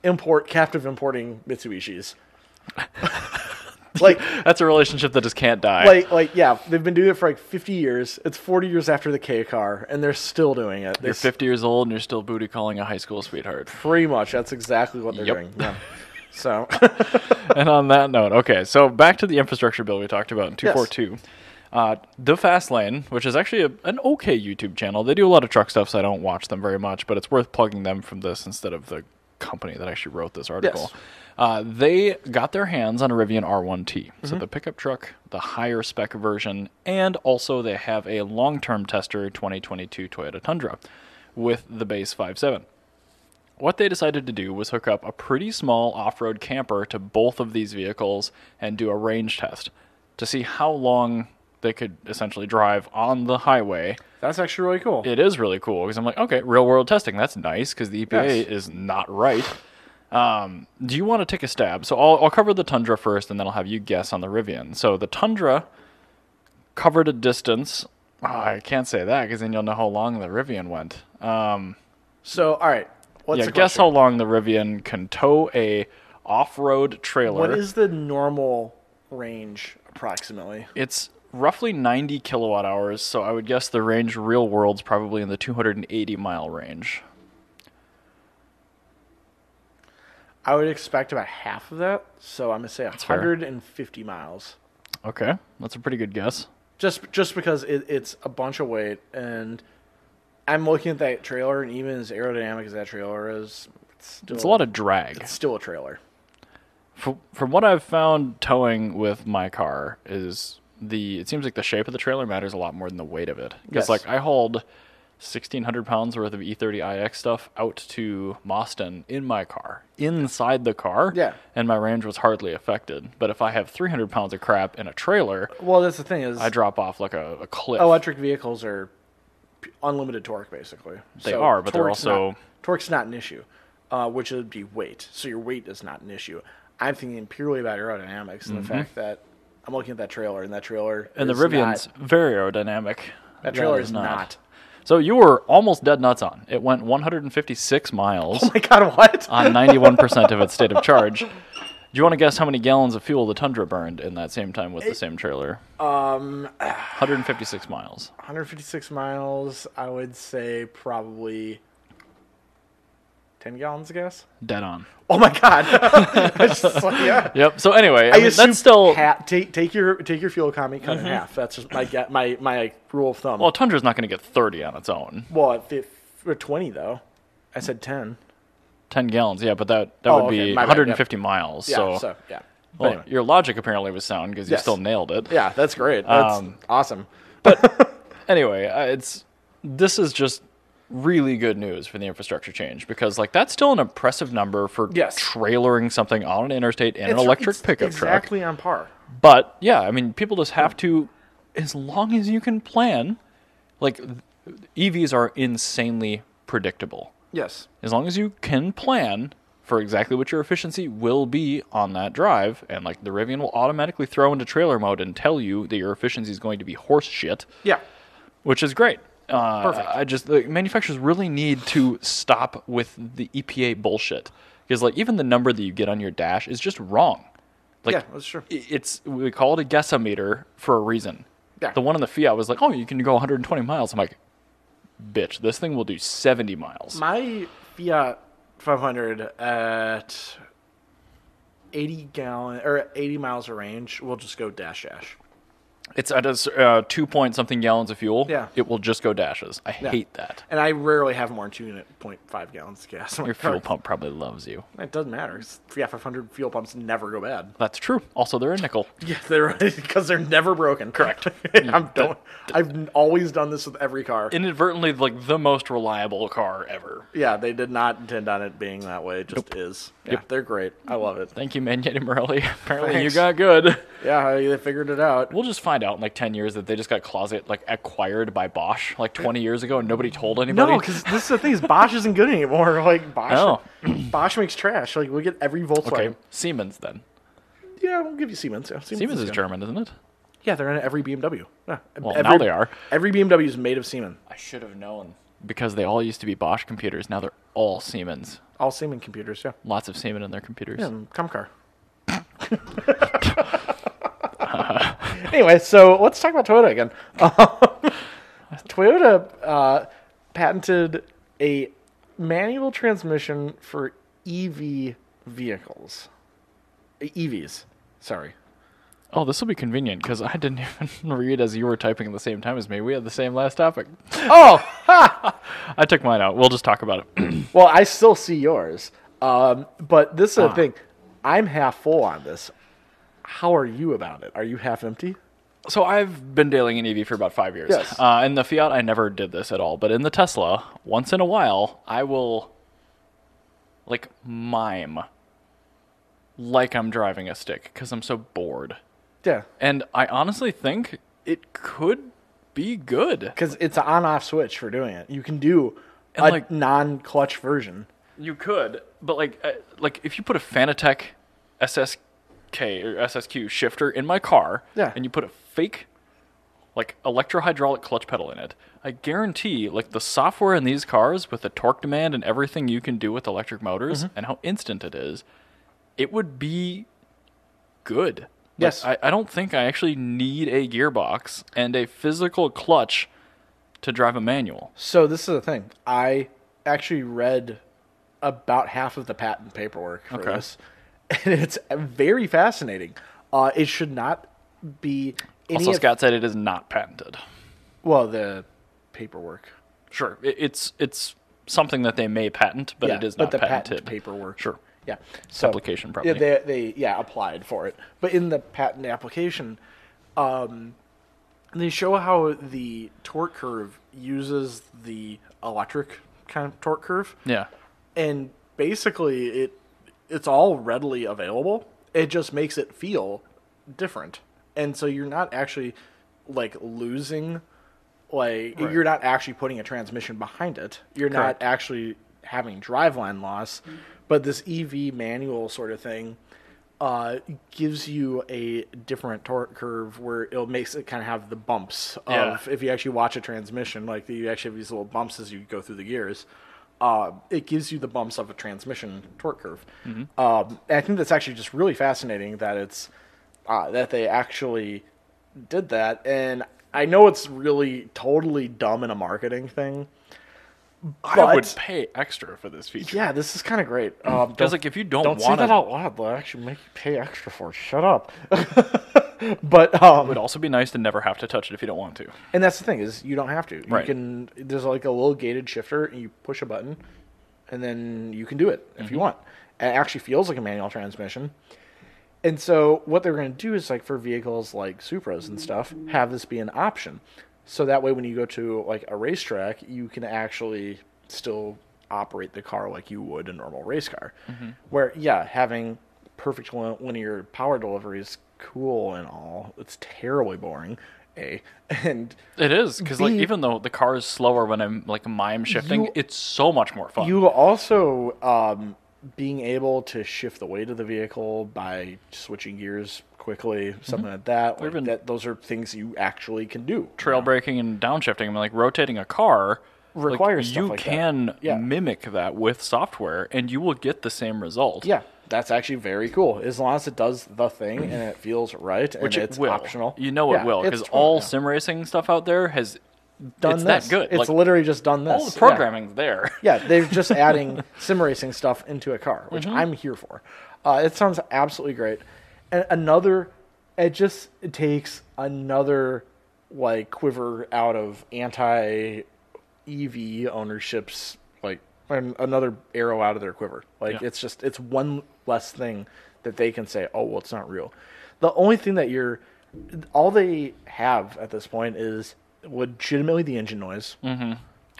B: import captive importing
A: (laughs)
B: Mitsubishis. like
A: That's a relationship that just can't die.
B: like like yeah, they've been doing it for like 50 years. It's 40 years after the K car and they're still doing it. They
A: you're 50 years old and you're still booty calling a high school sweetheart.
B: pretty much that's exactly what they're
A: Yep.
B: doing.
A: (laughs)
B: Yeah. So (laughs)
A: and on that note, okay, so back to the infrastructure bill we talked about in 242. Uh, the Fast Lane, which is actually a, an okay YouTube channel. They do a lot of truck stuff, so I don't watch them very much, but it's worth plugging them from this instead of the company that actually wrote this article. Uh, they got their hands on a Rivian R1T. So the pickup truck, the higher spec version, and also they have a long term tester 2022 Toyota Tundra with the base 5.7 what they decided to do was hook up a pretty small off road camper to both of these vehicles and do a range test to see how long they could essentially drive on the highway.
B: that's actually really cool.
A: It is really cool because I'm like, okay, real world testing. That's nice because the EPA
B: Yes.
A: is not right. Um, do you want to take a stab? So I'll, I'll cover the Tundra first and then I'll have you guess on the Rivian. So the Tundra covered a distance. Oh, I can't say that because then you'll know how long the Rivian went. Uh,
B: So all right. What's
A: Yeah,
B: the
A: guess
B: question?
A: how long the Rivian can tow a off-road trailer.
B: What is the normal range approximately?
A: It's roughly 90 kilowatt hours, so I would guess the range real world's probably in the 280 mile range.
B: I would expect about half of that, so I'm gonna say 150 miles.
A: Okay, that's a pretty good guess.
B: Just just because it, it's a bunch of weight, and I'm looking at that trailer, and even as aerodynamic as that trailer is, it's still
A: It's a lot of drag.
B: it's still a trailer.
A: From, from what I've found towing with my car is the it seems like the shape of the trailer matters a lot more than the weight of it. Because
B: Yes.
A: like I hauled 1600 pounds worth of E E30iX stuff out to Boston in my car, inside the car.
B: Yeah.
A: And my range was hardly affected. But if I have 300 pounds of crap in a trailer,
B: Well, that's the thing is,
A: I drop off like a, a cliff.
B: electric vehicles are p- unlimited torque basically.
A: They are, but they're
B: torque's
A: also-
B: not, torque's not an issue, uh, which would be weight. So your weight is not an issue. I'm thinking purely about aerodynamics and the fact that I'm looking at that trailer, and that trailer
A: Mm-hmm. and the
B: is
A: Rivian's
B: not-
A: very aerodynamic.
B: that trailer is not.
A: So you were almost dead nuts on. It went 156 miles.
B: (laughs) Oh my god, what?
A: on 91% of its state of charge. Do you want to guess how many gallons of fuel the Tundra burned in that same time with the same trailer? Um,
B: (sighs)
A: 156 miles.
B: 156 miles. I would say probably ten gallons of gas.
A: Dead on.
B: Oh my god! (laughs) It's just
A: (laughs)
B: like, yeah.
A: Yep. So anyway, I
B: I
A: mean,
B: assume
A: that's still Mm-hmm.
B: ha- take take your take your fuel economy cut in half. That's just my ga- my my like, rule of thumb.
A: well, Tundra's not going to get thirty on its own.
B: Well, if, if or twenty though, I said ten.
A: Ten gallons, yeah, but that that
B: Oh,
A: would
B: okay,
A: be
B: my bad,
A: 150 miles.
B: Yeah, so,
A: so,
B: yeah, But
A: well,
B: anyway.
A: your logic apparently was sound because you
B: Yes.
A: still nailed it.
B: yeah, that's great. That's
A: Um,
B: awesome.
A: Anyway, uh, it's this is just really good news for the infrastructure change because like that's still an impressive number for
B: Yes.
A: trailering something on an interstate in an
B: It's-
A: electric
B: it's
A: pickup truck.
B: exactly on par.
A: But yeah, I mean, people just have to, as long as you can plan, like EVs are insanely predictable.
B: Yes,
A: As long as you can plan for exactly what your efficiency will be on that drive, and like the Rivian will automatically throw into trailer mode and tell you that your efficiency is going to be horse shit,
B: yeah,
A: which is great. Uh,
B: Perfect.
A: I just the manufacturers really need to stop with the EPA bullshit because like even the number that you get on your dash is just wrong. Like
B: yeah, that's true.
A: i- it's we call it a guessometer for a reason.
B: Yeah.
A: The one on the Fiat was like, oh, you can go 120 miles. I'm like, bitch, this thing will do 70 miles.
B: My Fiat 500 at 80 gallon or 80 miles of range will just go dash dash.
A: It's at a s- uh, two point something gallons of fuel.
B: Yeah.
A: It will just go dashes. I hate that.
B: And I rarely have more than 2.5 gallons of gas. in my
A: Your fuel
B: car.
A: pump probably loves you.
B: It doesn't matter. It's- Fiat 500 fuel pumps never go bad.
A: That's true. Also, they're a nickel.
B: Yeah, they're (laughs) because they're never broken. Correct. (laughs) I'm don't. I've always done this with every car.
A: Inadvertently, like the most reliable car ever.
B: yeah, they did not intend on it being that way. It just is. Yeah, they're great. I love it.
A: Thank you, Magnetti Morelli. (laughs) Apparently, you
B: Thanks.
A: got good.
B: Yeah, they figured it out.
A: We'll just find out in like ten years that they just got closet like acquired by Bosch like twenty years ago, and nobody told anybody.
B: No, because this is the thing is Bosch isn't good anymore. (laughs) Like Bosch,
A: Oh.
B: (clears throat) Bosch makes trash. Like we get every Volkswagen.
A: okay, Siemens then.
B: Yeah, we'll give you Siemens. Yeah, Siemens,
A: Siemens is
B: good.
A: German, isn't it?
B: Yeah, they're in every BMW. Yeah.
A: Well,
B: every,
A: now they are.
B: Every BMW is made of Siemens.
A: I should have known because they all used to be Bosch computers. Now they're all Siemens.
B: All Siemens computers. Yeah,
A: Lots of Siemens in their computers.
B: and Comcar. (laughs) anyway, so let's talk about Toyota again. Um, (laughs) Toyota uh, patented a manual transmission for EV vehicles. EVs. Sorry.
A: Oh, this will be convenient because I didn't (laughs) even read as you were typing at the same time as me. We had the same last topic.
B: Oh,
A: I took mine out. We'll just talk about it. (clears throat)
B: well, I still see yours. Um, but this is the thing. I'm half full on this. How are you about it? Are you half empty?
A: so I've been dealing in EV for about five years.
B: Yes.
A: Uh, in the Fiat, I never did this at all. But in the Tesla, once in a while, I will like mime like I'm driving a stick because I'm so bored.
B: Yeah.
A: And I honestly think it could be good.
B: Because it's an on off switch for doing it. You can do
A: And,
B: a
A: like-
B: non clutch version.
A: You could, but like uh, like if you put a Fanatec SSK or SSQ shifter in my car,
B: Yeah.
A: and you put a fake like electrohydraulic clutch pedal in it, I guarantee like the software in these cars with the torque demand and everything you can do with electric motors
B: Mm-hmm.
A: and how instant it is, it would be good. Like,
B: Yes.
A: I, I don't think I actually need a gearbox and a physical clutch to drive a manual.
B: So this is the thing. I actually read about half of the patent paperwork for
A: Okay.
B: this, (laughs) and it's very fascinating. Uh, it should not be any
A: also,
B: of-
A: Scott said it is not patented.
B: well the paperwork.
A: Sure, it, it's it's something that they may patent, but
B: Yeah,
A: it is not
B: but the
A: patented.
B: patent paperwork.
A: Sure.
B: Yeah. So,
A: Application,
B: yeah,
A: probably.
B: they, they yeah applied for it, but in the patent application, um, they show how the torque curve uses the electric kind of torque curve.
A: Yeah.
B: and basically it it's all readily available it just makes it feel different and so you're not actually like losing like you're not actually putting a transmission behind it you're
A: Correct.
B: not actually having driveline loss but this ev manual sort of thing uh, gives you a different torque curve where it makes it kind of have the bumps of
A: Yeah.
B: if you actually watch a transmission, like you actually have these little bumps as you go through the gears. Uh, it gives you the bumps of a transmission torque curve.
A: Mm-hmm.
B: Um, and I think that's actually just really fascinating that it's uh, that they actually did that. And I know it's really totally dumb in a marketing thing,
A: I would
B: But-
A: pay extra for this feature.
B: Yeah, this is kind of
A: (clears throat)
B: great. Um,
A: Because
B: don't
A: like if you don't,
B: don't say
A: want
B: that out loud. They'll actually make you pay extra for it. Shut up. (laughs) but um,
A: It'd also be nice to never have to touch it if you don't want to.
B: And that's the thing is you don't have to.
A: Right.
B: You can there's like a little gated shifter and you push a button and then you can do it if you want. And It actually feels like a manual transmission. And so what they're going to do is like for vehicles like Supras and stuff, have this be an option. So that way when you go to like a racetrack, you can actually still operate the car like you would a normal race car. Where yeah, having perfect lin- linear power delivery is cool and all. It's terribly boring. A (laughs) and
A: It is because like
B: B-
A: even though the car is slower when I'm like mime shifting,
B: You-
A: it's so much more fun.
B: You also um, being able to shift the weight of the vehicle by switching gears quickly, something like that. Like
A: Mm-hmm. been-
B: that those are things you actually can do.
A: Trail braking and downshifting, I mean, like rotating a car like,
B: Requires stuff
A: you
B: like that.
A: can
B: Yeah.
A: mimic that with software, and you will get the same result.
B: Yeah, that's actually very cool. As long as it does the thing and it feels right
A: which
B: and
A: it
B: it's
A: will.
B: optional.
A: You know it
B: Yeah,
A: will
B: it's
A: because
B: totally-
A: all
B: yeah.
A: sim racing stuff out there has
B: done
A: it's
B: this.
A: that good.
B: It's
A: like
B: literally just done this.
A: all the
B: Yeah.
A: programming's
B: (laughs)
A: there. (laughs)
B: Yeah, they're just adding sim racing stuff into a car, which
A: Mm-hmm.
B: I'm here for. Uh, it sounds absolutely great. And another, it just it takes another like quiver out of anti EV ownership's like an- another arrow out of their quiver. Like
A: Yeah.
B: it's just it's one less thing that they can say, oh well, it's not real. The only thing that you're, all they have at this point is legitimately the engine noise.
A: Mm-hmm.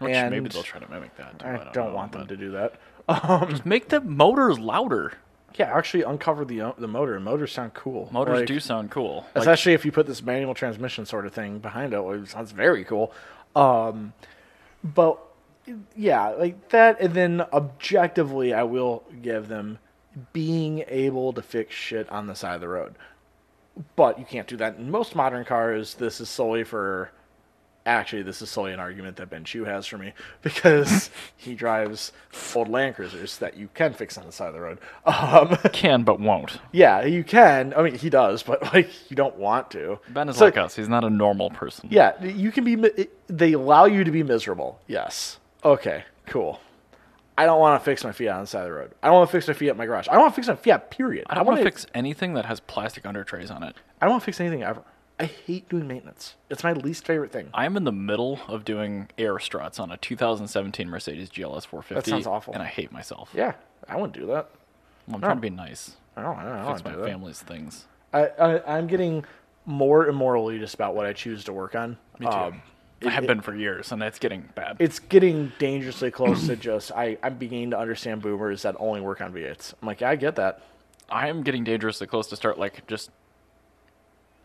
A: Which
B: And-
A: maybe they'll try to mimic that. too,
B: I don't,
A: know,
B: want them
A: but-
B: to do that. Um,
A: Just make the motors louder.
B: Yeah, actually uncover the uh, the motor. Motors sound cool.
A: Motors
B: Like,
A: do sound cool. Like,
B: Especially if you put this manual transmission sort of thing behind it, it sounds very cool. Um, but yeah, like that. And then objectively, I will give them being able to fix shit on the side of the road. But you can't do that in most modern cars. This is solely for. Actually, this is solely an argument that Ben Chu has for me (laughs) because he drives old Land Cruisers that you can fix on the side of the road. Um,
A: can but won't.
B: yeah, you can. I mean, he does, but like you don't want to.
A: Ben is
B: So,
A: like us. He's not a normal person.
B: Yeah, you can be. mi- it- They allow you to be miserable. Yes. Okay. Cool. I don't want to fix my Fiat on the side of the road. I don't want to fix my Fiat in my garage. I don't want to fix my Fiat. Period.
A: I don't want to
B: wanna-
A: fix anything that has plastic under trays on it.
B: I don't want to fix anything ever. I hate doing maintenance. It's my least favorite thing.
A: I'm in the middle of doing air struts on a 2017 Mercedes GLS 450.
B: That sounds awful.
A: And I hate myself.
B: Yeah, I wouldn't do that.
A: Well, I'm trying to be nice.
B: I don't. I don't, Oh, I don't
A: Fix
B: wanna
A: my
B: do that.
A: family's things.
B: I, I I'm getting more and more elitist about what I choose to work on. Me
A: Um, I have been for years, and it's getting bad.
B: it's getting dangerously close to just I, I'm beginning to understand boomers that only work on V8s. I'm like, I get that.
A: I am getting dangerously close to start like just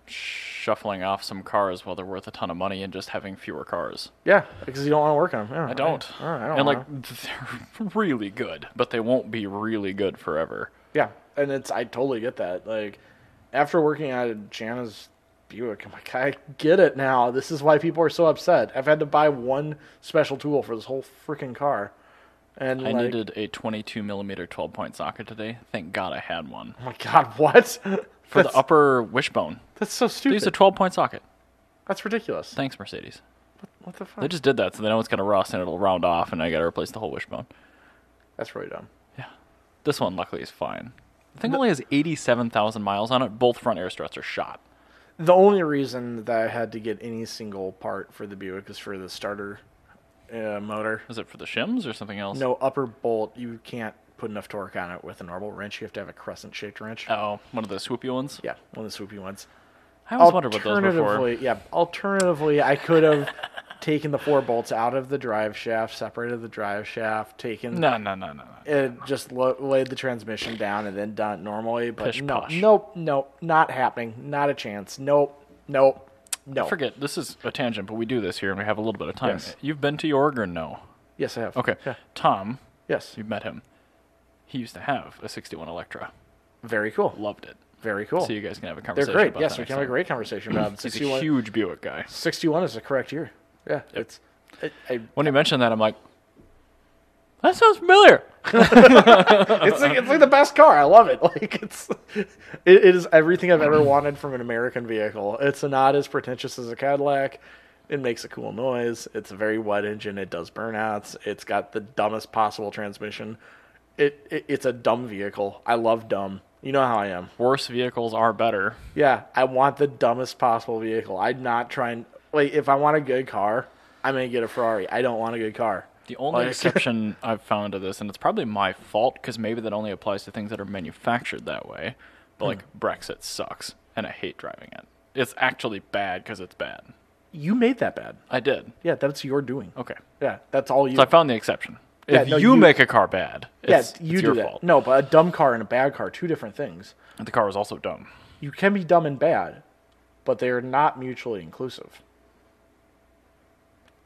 A: shuffling off some cars while they're worth a ton of money and just having fewer cars.
B: Yeah, because you don't want to work on them. Yeah,
A: I don't.
B: all right, I don't
A: and
B: wanna.
A: like (laughs) they're really good, but they won't be really good forever.
B: yeah, and it's I totally get that. Like after working at Jana's Buick, I'm like, I get it now. This is why people are so upset. I've had to buy one special tool for this whole freaking car, and
A: I
B: like,
A: needed a 22 millimeter 12 point socket today. Thank God I had one
B: oh my god, (laughs) what?
A: for
B: that's,
A: the upper wishbone.
B: that's so
A: They
B: stupid.
A: used a 12 point socket.
B: that's ridiculous.
A: Thanks, Mercedes.
B: What the fuck?
A: They just did that, so they know it's gonna rust and it'll round off, and I gotta replace the whole wishbone.
B: that's really dumb.
A: Yeah, this one luckily is fine. The thing only has 87,000 miles on it. Both front air struts are shot.
B: The only reason that I had to get any single part for the Buick is for the starter uh, motor.
A: Is it for the shims or something else?
B: No upper bolt. You can't put enough torque on it with a normal wrench. You have to have a crescent shaped wrench.
A: Oh, one of the swoopy ones.
B: yeah, one of the swoopy ones.
A: I always wondered what those were for.
B: yeah. Alternatively, I could have (laughs) taken the four bolts out of the drive shaft, separated the drive shaft, taken
A: No, no, no, no, no.
B: it, just lo- laid the transmission down, and then done it normally. But
A: Pish
B: no,
A: posh.
B: nope, nope, not happening. Not a chance. Nope, nope, no.
A: Forget. This is a tangent, but we do this here, and we have a little bit of time.
B: Yes.
A: You've been to York or no?
B: Yes, I have.
A: Okay.
B: Yeah.
A: Tom,
B: Yes.
A: you've met him. He used to have a 61 Electra.
B: Very cool.
A: Loved it.
B: Very cool.
A: So you guys can have a
B: They're
A: conversation.
B: great.
A: About
B: Yes,
A: that
B: we
A: next
B: can have a
A: time.
B: great
A: (laughs)
B: conversation about
A: He's
B: 61.
A: a huge Buick guy.
B: 61 is the correct year. Yeah, it's. It, I,
A: When he mentioned that, I'm like, that sounds familiar.
B: it's, like, it's like the best car. I love it. (laughs) Like it's, it,
A: (clears throat)
B: it is everything I've ever wanted from an American vehicle. It's not as pretentious as a Cadillac. It makes a cool noise. It's a very wet engine. It does burnouts. It's got the dumbest possible transmission. It, it it's a dumb vehicle. I love dumb. You know how I am.
A: Worse vehicles are better.
B: Yeah, I want the dumbest possible vehicle. I'm not trying. Like, if I want a good car, I'm gonna get a Ferrari. I don't want a good car.
A: The only
B: Like- (laughs)
A: exception I've found to this, and it's probably my fault because maybe that only applies to things that are manufactured that way, but
B: Hmm.
A: like Brexit sucks and I hate driving it. It's actually bad because it's bad.
B: You made that bad.
A: I did.
B: Yeah, that's your doing.
A: Okay.
B: Yeah, that's all you.
A: So I found the exception.
B: Yeah,
A: if
B: no,
A: you,
B: you-
A: make a car bad,
B: yeah,
A: it's,
B: you
A: it's
B: do
A: your
B: that.
A: fault.
B: No, but a dumb car and a bad car, two different things.
A: And The car was also dumb.
B: You can be dumb and bad, but they are not mutually inclusive.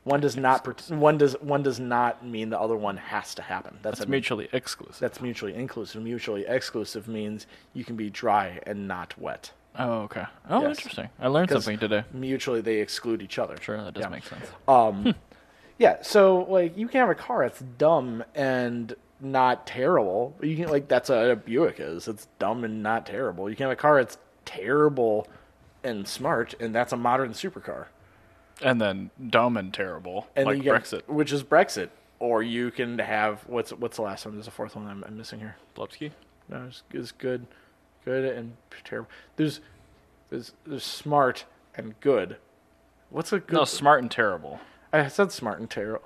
B: One does not pret- one does one does not mean the other one has to happen. That's,
A: It's
B: a mutual.
A: mutually exclusive.
B: That's mutually inclusive. Mutually exclusive means you can be dry and not wet.
A: Oh, okay. Oh,
B: Yes.
A: interesting. I learned
B: 'Cause
A: something today. Uh,
B: Mutually, they exclude each other.
A: Sure, Hmm. that does
B: Yeah.
A: make sense.
B: Yeah, so like you can have a car that's dumb and not terrible. You can like that's what a Buick is. It's dumb and not terrible. You can have a car that's terrible and smart, and that's a modern supercar.
A: And then dumb and terrible,
B: And
A: like
B: then you get-
A: Brexit.
B: which is Brexit. Or you can have what's what's the last one? There's a fourth one I'm, I'm missing here.
A: Blubsky?
B: No, it's, it's good, good and terrible. There's there's there's smart and good. What's a good?
A: No, smart and terrible.
B: I said smart and terrible.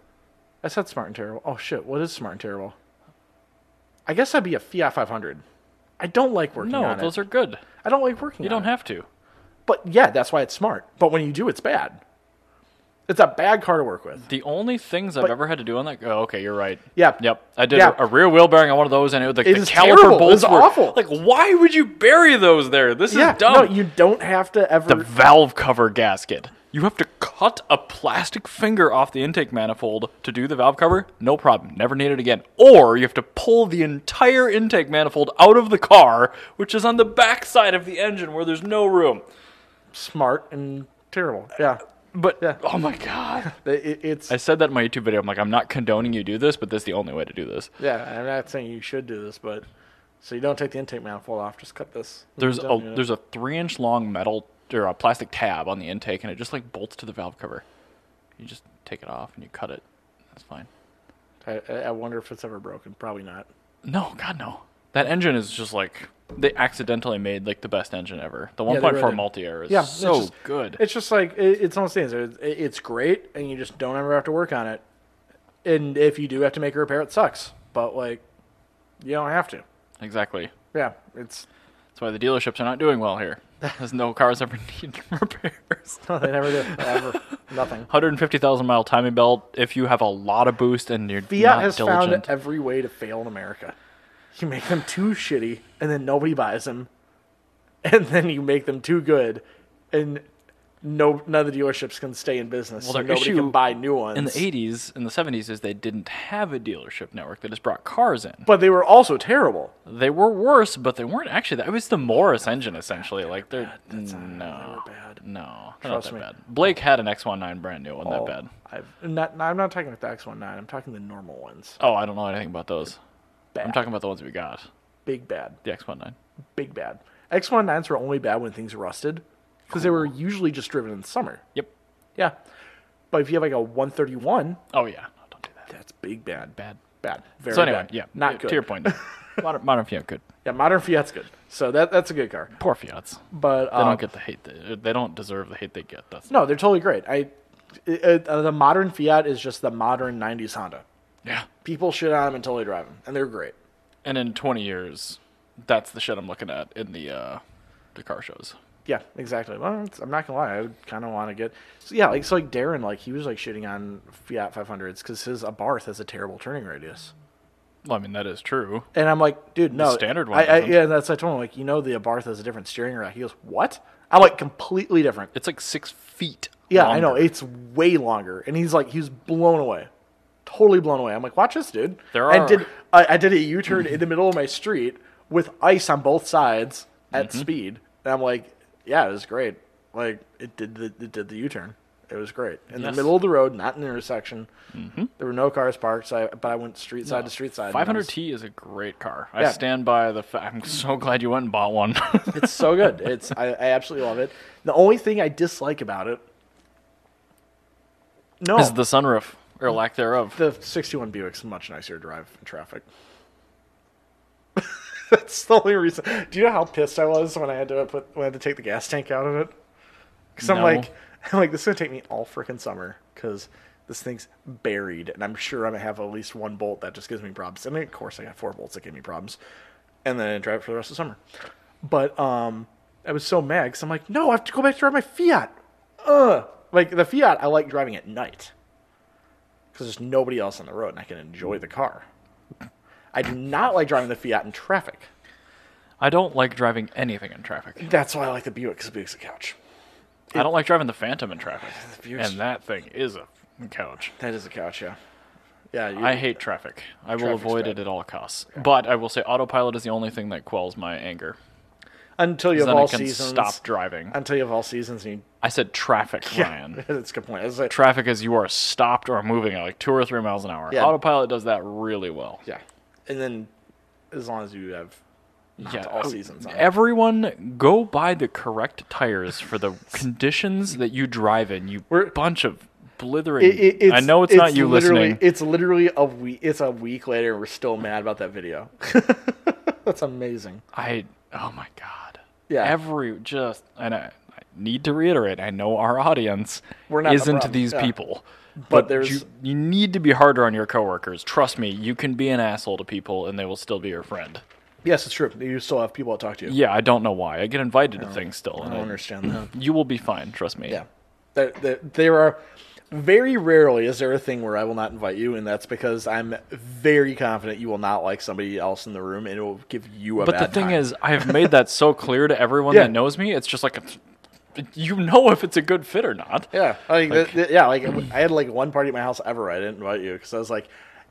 B: I said smart and terrible. Oh shit, what is smart and terrible? I guess that'd be a Fiat 500. I don't like working
A: No,
B: on
A: those
B: it.
A: are good.
B: I don't like working
A: You don't
B: on it.
A: have to.
B: But yeah, that's why it's smart. But when you do, it's bad. It's a bad car to work with.
A: The only things I've
B: But-
A: ever had to do on that. Oh, okay, you're right.
B: Yep.
A: Yep. I did
B: Yeah.
A: a, a rear wheel bearing on one of those, and it was like
B: It
A: the
B: is
A: caliper
B: terrible.
A: bolts
B: It's
A: were
B: awful.
A: Like, why would you bury those there? This
B: yeah,
A: is dumb.
B: no, you don't have to ever.
A: the valve cover gasket. You have to cut a plastic finger off the intake manifold to do the valve cover. No problem. Never need it again. Or you have to pull the entire intake manifold out of the car, which is on the back side of the engine where there's no room.
B: smart and terrible. Yeah,
A: But
B: Yeah.
A: oh my god.
B: It- it- it's
A: I said that in my YouTube video. I'm like, I'm not condoning you do this, but this is the only way to do this.
B: yeah. I'm not saying you should do this, but so you don't take the intake manifold off. Just cut this.
A: There's
B: Done,
A: a
B: you know?
A: there's a three inch long metal or a plastic tab on the intake, and it just like bolts to the valve cover. You just take it off and you cut it. That's fine.
B: I, I I wonder if it's ever broken. Probably not.
A: No, God no. That engine is just like they accidentally made like the best engine ever. The
B: they
A: 1.4
B: really did.
A: multi air is
B: Yeah, it's
A: so
B: just-
A: good.
B: It's just like it, it's one of those things. It, it- it's great, and you just don't ever have to work on it. And if you do have to make a repair, it sucks. But like, you don't have to.
A: exactly.
B: Yeah, it's (laughs)
A: That's why the dealerships are not doing well here. Because no cars ever (laughs) need repairs.
B: no, they never do
A: (laughs)
B: ever nothing.
A: 150,000 mile timing belt. If you have a lot of boost and you're
B: Fiat
A: not
B: has
A: diligent,
B: found every way to fail in America. You make them too shitty, and then nobody buys them, and (laughs) then you make them too good, and no none of the dealerships can stay in business. so
A: their
B: nobody
A: issue
B: can buy new ones
A: in the 80s and the 70s is they didn't have a dealership network that just brought cars in.
B: But they were also terrible.
A: They were worse, but they weren't actually that. It was the Morris engine essentially. Like they're no,
B: They were bad.
A: no, they're
B: Trust
A: not that
B: me. Oh.
A: bad. Blake had an X19 brand new, wasn't that bad?
B: I've not, no, I'm not talking about the X19. I'm talking the normal ones.
A: Oh, I don't know anything about those. I'm
B: Bad.
A: talking about the ones we got.
B: Big bad.
A: The X19.
B: Big bad. X19s were only bad when things rusted because they were usually just driven in the summer.
A: Yep.
B: Yeah. But if you have like a 131,
A: Oh yeah. No, don't do that.
B: that's big bad.
A: Bad.
B: Bad. Very
A: so anyway,
B: bad.
A: yeah.
B: Not
A: to
B: good.
A: To your
B: (laughs)
A: point. modern, modern Fiat good.
B: Yeah, modern Fiat's good. So that that's a good car.
A: Poor Fiats.
B: But
A: They
B: um,
A: don't get the hate. They, they don't deserve the hate they get. That's
B: no, they're totally great. I it, it, uh, the modern Fiat is just the modern 90s Honda.
A: yeah.
B: People shit on them until they drive them, and they're great.
A: And in 20 years, that's the shit I'm looking at in the uh, the car shows.
B: Yeah, exactly. Well, it's, I'm not gonna lie. I kind of want to get. So yeah, like so, like Darren, like he was like shitting on Fiat 500s because his Abarth has a terrible turning radius.
A: Well, I mean that is true.
B: And I'm like, dude, no,
A: standard one
B: I, I,
A: doesn't.
B: yeah, that's I told him like, you know, the Abarth has a different steering rack. He goes, what? I'm like, completely different.
A: It's like six feet.
B: Yeah, I know
A: longer.
B: it's way longer. And he's like, he was blown away, totally blown away. I'm like, watch this, dude.
A: There
B: I
A: are-
B: did. I, I did a U-turn in the middle of my street with ice on both sides at
A: Mm-hmm.
B: speed, and I'm like, yeah, it was great. Like it did the it did the U-turn. It was great
A: Yes.
B: in
A: Mm-hmm.
B: the middle of the road, not an intersection. There were no cars parked, so I, but I went street side to street side. and I was-
A: 500T is a great car. I
B: Yeah.
A: stand by the fact. I'm so glad you went and bought one. (laughs)
B: It's so good. It's I, I absolutely love it. The only thing I dislike about it No,
A: is the sunroof or lack thereof.
B: the 61 Buick's much nicer to drive in traffic. (laughs) That's the only reason. Do you know how pissed I was when I had to put when I had to take the gas tank out of it? Because I'm
A: No.
B: like, (laughs) I'm like, this is gonna take me all freaking summer because this thing's buried, and I'm sure I'm gonna have at least one bolt that just gives me problems. And of course, I got four bolts that give me problems, and then I drive it for the rest of summer. But um, I was so mad because I'm like, no, I have to go back to drive my Fiat. Ugh, like the Fiat, I like driving at night because there's nobody else on the road and I can enjoy the car. I do not like driving the Fiat in traffic.
A: I don't like driving anything in traffic.
B: That's why I like the Buick because the Buick's a couch.
A: I don't like driving the Phantom in traffic.
B: Buick's-
A: And that thing is a f***ing couch.
B: That is a couch, yeah. Yeah, you,
A: I hate traffic. I will
B: Traffic's
A: avoid it
B: bad.
A: at all costs. But I will say autopilot is the only thing that quells my anger.
B: until you have
A: Then
B: all
A: I can
B: seasons.
A: stop driving.
B: Until you have all
A: (laughs)
B: seasons, and you,
A: I said traffic, Ryan.
B: that's a good point. (laughs) It's like-
A: Traffic is you are stopped or moving at like two or three miles an hour.
B: Yeah.
A: Autopilot does that really well.
B: yeah, and then as long as you have not
A: Yeah,
B: all
A: oh,
B: seasons, on it.
A: Everyone, go buy the correct tires for
B: (laughs)
A: the conditions that you drive in. You
B: We're-
A: bunch of blithering.
B: It- it-
A: I know it's, not you
B: literally-
A: listening.
B: It's literally a week. It's a week later, and we're still mad about that video. (laughs) that's amazing.
A: I oh my god.
B: Yeah.
A: Every just and I, I need to reiterate. I know our audience
B: We're not the
A: isn't
B: problem,
A: these
B: yeah.
A: people. But,
B: there's-
A: you, you need to be harder on your coworkers. Trust me, you can be an asshole to people and they will still be your friend.
B: Yes, it's true. You still have people to talk to. You.
A: Yeah, I don't know why. I get invited to things still.
B: I
A: And
B: don't
A: I,
B: understand that.
A: you will be fine, trust me.
B: Yeah. There, there, there are very rarely is there a thing where I will not invite you, and that's because I'm very confident you will not like somebody else in the room, and it will give you a.
A: But the
B: bad
A: thing
B: time.
A: is, I have made that so clear to everyone
B: (laughs) Yeah.
A: that knows me. It's just like a, you know if it's a good fit or not.
B: yeah, like, th- th- yeah, like I had like one party at my house ever. where I didn't invite you because I was like,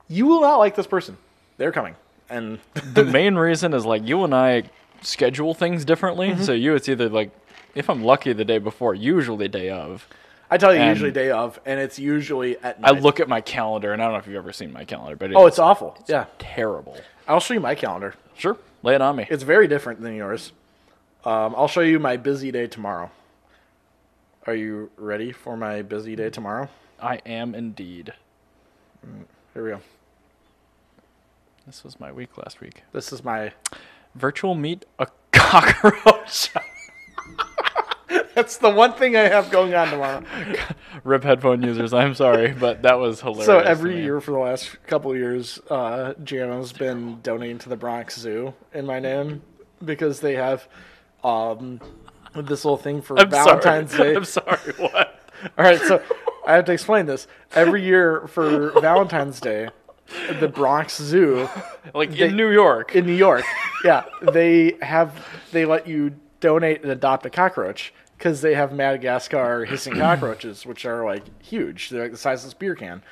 B: you will not like this person. They're coming, and (laughs)
A: the main reason is like you and I schedule things differently.
B: Mm-hmm.
A: So you, it's either like if I'm lucky the day before, usually day of.
B: I tell you
A: And-
B: usually day of, and it's usually at
A: I
B: night.
A: look at my calendar, and I don't know if you've ever seen my calendar, but
B: oh, it's awful. Yeah,
A: terrible.
B: I'll show you my calendar.
A: Sure, lay it on me.
B: It's very different than yours. Um, I'll show you my busy day tomorrow. Are you ready for my busy day tomorrow?
A: I am indeed.
B: Here we go.
A: This was my week last week.
B: This is my. (laughs)
A: Virtual meet a (laughs) cockroach.
B: That's the one thing I have going
A: (laughs)
B: on tomorrow.
A: Rip headphone users. I'm sorry, but that was hilarious.
B: so
A: to
B: every
A: me.
B: year for the last couple of years, uh, Jano's been donating to the Bronx Zoo in my name because they have um, this little thing for
A: I'm
B: Valentine's
A: sorry. (laughs)
B: Day.
A: I'm sorry. What?
B: All right, so I have to explain this. Every year for Valentine's Day, the Bronx Zoo
A: Like
B: They-
A: in New York.
B: in New York,
A: (laughs)
B: yeah, they have they let you donate and adopt a cockroach because they have Madagascar
A: (clears throat)
B: hissing cockroaches, which are like huge. They're like the size of this beer can.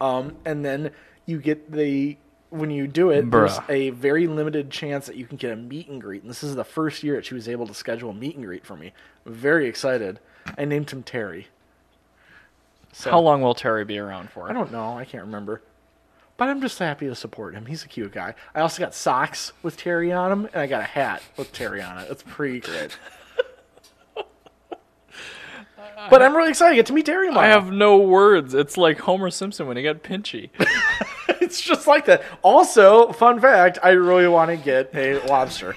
B: Um, and then you get the when you do it, there's
A: Bruh.
B: a very limited chance that you can get a meet and greet. And this is the first year that she was able to schedule a meet and greet for me. very excited. I named him Terry.
A: How long will Terry be around for?
B: I don't know. I can't remember. But I'm just happy to support him. He's a cute guy. I also got socks with Terry on them, and I got a hat with Terry on it. It's pretty
A: (laughs)
B: great. but I'm really excited to get to meet Terry tomorrow.
A: I have no words. It's like Homer Simpson when he got pinchy.
B: (laughs) it's just like that. Also, fun fact: I really want to get a lobster.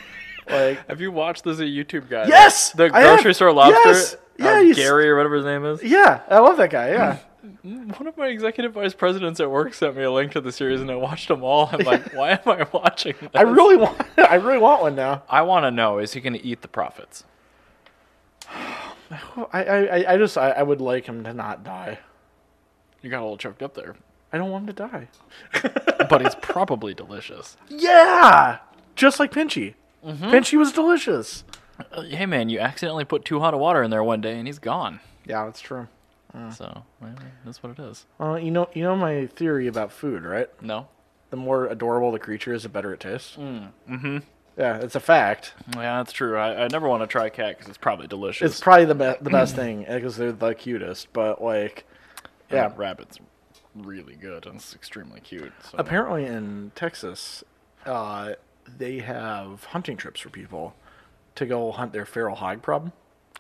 B: Like
A: Have you watched this YouTube guy?
B: Yes!
A: the
B: I
A: grocery
B: have.
A: store lobster.
B: Yes! Yeah,
A: uh,
B: he's-
A: Gary or whatever his name is.
B: yeah, I love that guy.
A: Hmm.
B: Yeah,
A: One of my executive vice presidents at work sent me a link to the series, and I watched them all.
B: (laughs)
A: I'm like, why am I watching? This?
B: I really want. (laughs) I really want one now.
A: I want to know: Is he going to eat the profits?
B: I I, I- I just I, I would like him to not die.
A: You got a little choked up there,
B: I don't want him to die.
A: but it's probably delicious.
B: Yeah, just like Pinchy. Pinchy was delicious.
A: Uh, hey man, you accidentally put too hot of water in there one day, and he's gone.
B: Yeah, that's true. Hmm.
A: So well, that's what it is.
B: Uh, you know, you know my theory about food, right?
A: No,
B: The more adorable the creature is, the better it tastes. Mm. Mm-hmm. Yeah, it's a fact.
A: yeah, that's true. I, I never want to try cat because it's probably delicious.
B: It's probably the be- the best thing because they're the cutest. But like,
A: yeah,
B: yeah.
A: rabbit's really good and it's extremely cute. So.
B: Apparently in Texas, uh, they have hunting trips for people to go hunt their feral hog problem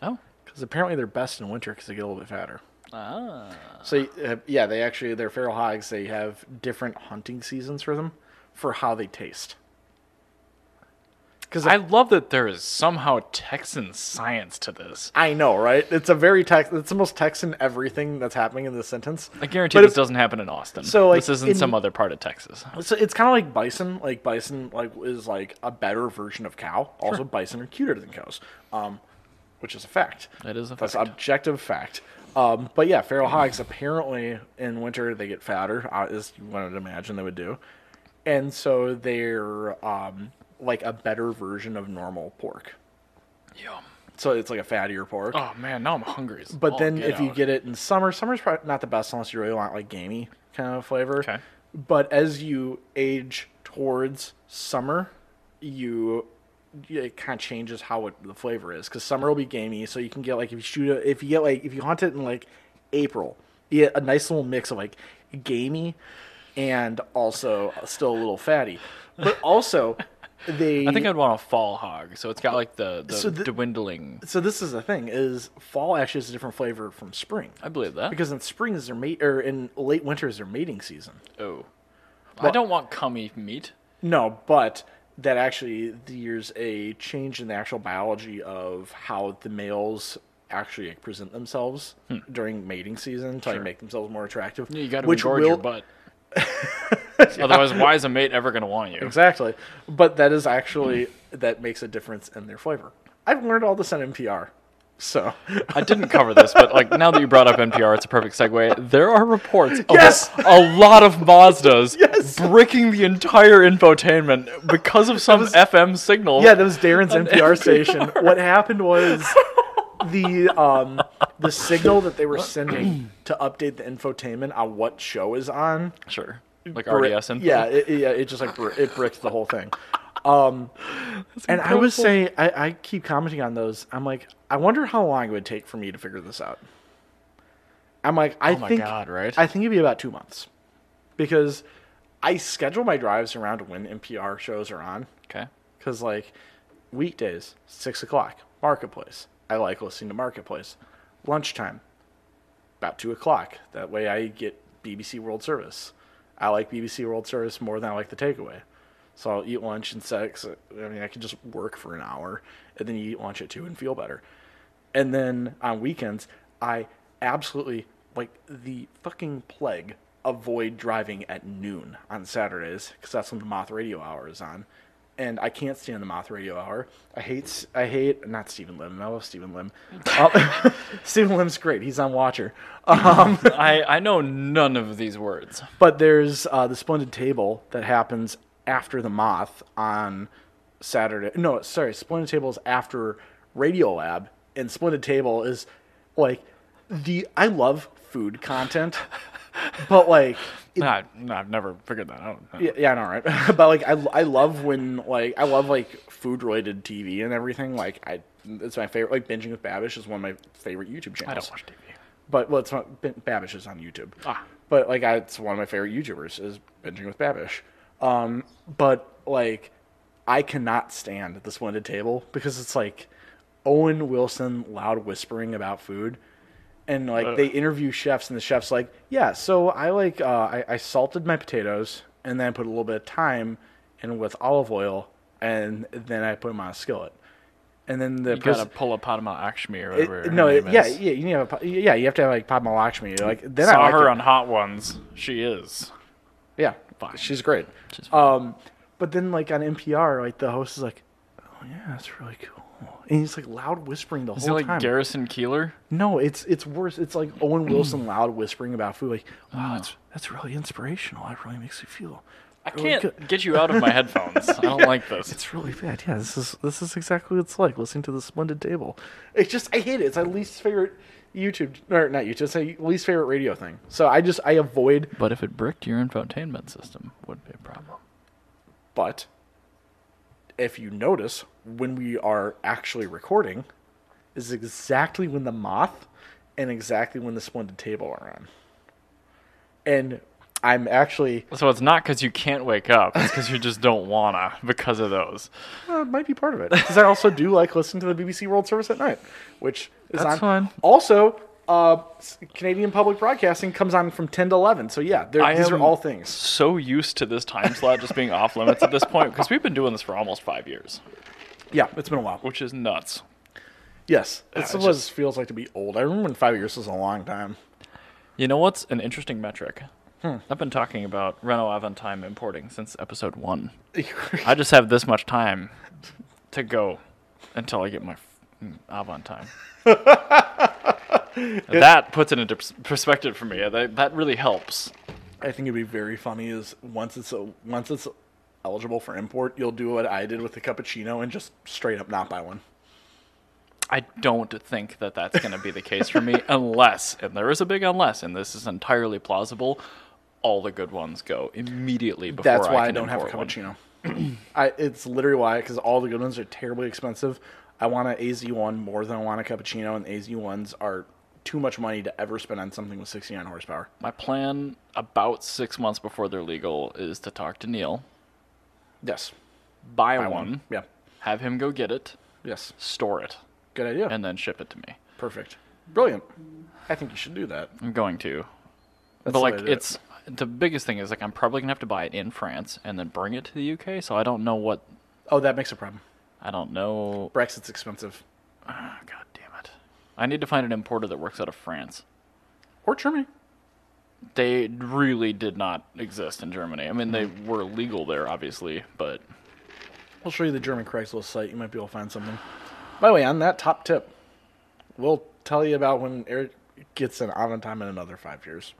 A: oh,
B: because apparently they're best in winter because they get a little bit fatter.
A: Ah.
B: So uh, yeah, they actually they're feral hogs. They have different hunting seasons for them for how they taste. Because
A: I love that there is somehow Texan science to this.
B: I know, right? It's a very Tex. It's the most Texan everything that's happening in this sentence.
A: I guarantee
B: But
A: this doesn't happen in Austin.
B: So, like,
A: this isn't
B: in-
A: some other part of Texas.
B: So it's kind of like bison. Like bison, like is like a better version of cow. Also, bison are cuter than cows, um, which is a fact.
A: That is a
B: That's
A: fact.
B: objective fact. Um, but yeah, feral hogs apparently in winter they get fatter, uh, as you would imagine they would do, and so they're um, like a better version of normal pork.
A: Yum.
B: So it's like a fattier pork.
A: Oh man, now I'm hungry. as
B: But
A: all
B: then if you
A: out.
B: get it in summer, summer's probably not the best unless you really want like gamey kind of flavor.
A: Okay.
B: But as you age towards summer, you it kind of changes how it, the flavor is because summer will be gamey. So you can get like if you shoot it, if you get like if you hunt it in like April, you get a nice little mix of like gamey and also still a little fatty. But
A: (laughs)
B: also, they
A: I think I'd want a fall hog, so it's got like the, the
B: So the-
A: dwindling.
B: so this is the thing is fall actually is a different flavor from spring.
A: I believe that.
B: Because in spring is their mate, or in late winter is their mating season.
A: oh, I don't want cummy meat.
B: No, but that actually there's a change in the actual biology of how the males actually present themselves during mating season to like, make themselves more attractive.
A: You got to engorge your
B: (laughs)
A: butt. Otherwise, why is a mate ever going to want you?
B: exactly, but that is (clears throat) actually that makes a difference in their flavor. I've learned all this on NPR, so (laughs)
A: I didn't cover this, but like now that you brought up NPR, it's a perfect segue. There are reports of
B: Yes!
A: a lot of Mazdas
B: Yes!
A: breaking the entire infotainment because of some FM signal.
B: Yeah, that was Darren's
A: Oh,
B: NPR, station. What
A: (laughs)
B: happened was the um the signal that they
A: (clears throat)
B: were sending to update the infotainment on what show is on.
A: sure. Like
B: bri-
A: RDS E info.
B: Yeah, it, yeah, it just like bri- it bricked the whole thing. Um, And I
A: incredible.
B: was saying, I, I keep commenting on those. I'm like, I wonder how long it would take for me to figure this out. I'm like, I
A: Oh my
B: think,
A: God, right?
B: I think it'd be about two months, because I schedule my drives around when NPR shows are on.
A: Okay.
B: Because, like, weekdays, 6 o'clock, marketplace. I like listening to marketplace. Lunchtime, about 2 o'clock. That way I get BBC World Service. I like BBC World Service more than I like the takeaway. So I'll eat lunch and sex. I mean, I can just work for an hour and then you eat lunch at 2 and feel better. And then on weekends, I absolutely, like, the fucking plague avoid driving at noon on Saturdays because that's when the Moth Radio Hour is on and I can't stand the Moth Radio Hour. I hate, I hate, not Stephen Lim. I love Stephen Lim. Uh, (laughs) Stephen Lim's great. He's on Watcher. Um,
A: I, I know none of these words.
B: but there's uh, the Splendid Table that happens after the Moth on Saturday. No, sorry, Splendid Table is after Radio Lab, and Splendid Table is like the. I love food content, but like
A: No, I, no, I've never figured that out.
B: Yeah, yeah, I know, right? (laughs) but like, I, I love when like I love like food related TV and everything. Like, I it's my favorite. Like, binging with Babish is one of my favorite YouTube channels.
A: I don't watch TV.
B: But well, it's not, B- Babish is on YouTube.
A: Ah.
B: But like, I, it's one of my favorite YouTubers is binging with Babish. Um, but like, I cannot stand this one at table because it's like Owen Wilson loud whispering about food. And like they interview chefs, and the chef's like, "Yeah, so I like uh, I, I salted my potatoes, and then I put a little bit of thyme, and with olive oil, and then I put them on a skillet." And then the
A: You
B: pers-
A: gotta pull a Padma Akshmi or
B: it-
A: whatever. her
B: no, it,
A: name
B: yeah,
A: is.
B: yeah, you need to have a, pa- yeah, you have to have like Padma Lakshmi. Like then I
A: Saw
B: like
A: her
B: it.
A: on Hot Ones. She is.
B: yeah, she's great.
A: She's
B: um, but then like on NPR, like the host is like, oh yeah, that's really cool, and he's like loud whispering the
A: Is it
B: whole
A: like
B: time.
A: Garrison Keeler?
B: no, it's it's worse. It's like Owen Wilson loud whispering about food. Like wow, that's that's really inspirational. That really makes you feel.
A: Oh. I
B: really
A: can't
B: good."
A: get you out of my headphones. I don't like (laughs) this.
B: It's really bad. Yeah, this is this is exactly what it's like listening to the splendid table. It's just I hate it. It's my least favorite YouTube or not YouTube. It's my least favorite radio thing. So I just I avoid.
A: But if it bricked your infotainment system, would be a problem.
B: But if you notice, when we are actually recording, is exactly when the moth and exactly when the splendid table are on. And I'm actually
A: So it's not because you can't wake up. It's because you just don't wanna because of those.
B: Well, it uh, might be part of it because I also do like listening to the BBC World Service at night, which is
A: That's
B: on.
A: fine.
B: Also, uh, s- Canadian Public Broadcasting comes on from 10 to 11. So yeah, they're-
A: I
B: these are
A: am-
B: all things.
A: So used to this time slot just being off limits at this point because we've been doing this for almost five years,
B: Yeah, it's been a while.
A: which is nuts.
B: Yes,
A: it's
B: it's what it feels like to be old. I remember when five years was a long time. (laughs)
A: You know what's an interesting metric? I've been talking about Renault Aventime importing since episode one. I just have this much time to go until I get my mm, (laughs) Aventime. that puts it into pers- perspective for me. That, that really helps.
B: I think it'd be very funny is once it's a, once it's eligible for import, you'll do what I did with the cappuccino and just straight up not buy one.
A: I don't think that that's going to be the case
B: (laughs)
A: for me unless, and there is a big unless, and this is entirely plausible. All the good ones go immediately before
B: That's why I,
A: can
B: don't have a
A: import one.
B: cappuccino. (clears throat) I, it's literally why because all the good ones are terribly expensive. I want an AZ one more than I want a cappuccino, and AZ ones are too much money to ever spend on something with 69 horsepower.
A: My plan about six months before they're legal is to talk to Neil,
B: Yes,
A: buy,
B: I
A: one,
B: won. Yeah,
A: have him go get it,
B: yes,
A: store it,
B: good idea.
A: and then ship it to me.
B: Perfect, brilliant. I think you should do that.
A: I'm going to.
B: the
A: but
B: way
A: like
B: to do it.
A: it's the biggest thing is like I'm probably gonna have to buy it in France and then bring it to the UK, so I don't know what
B: Oh, that makes a problem.
A: I don't know
B: Brexit's expensive,
A: Ah, god damn it. I need to find an importer that works out of France.
B: or Germany.
A: They really did not exist in Germany. I mean they were legal there obviously, but
B: I'll show you the German Craigslist site. You might be able to find something. By the way, on that top tip, we'll tell you about when Eric gets an Aventime in another five years.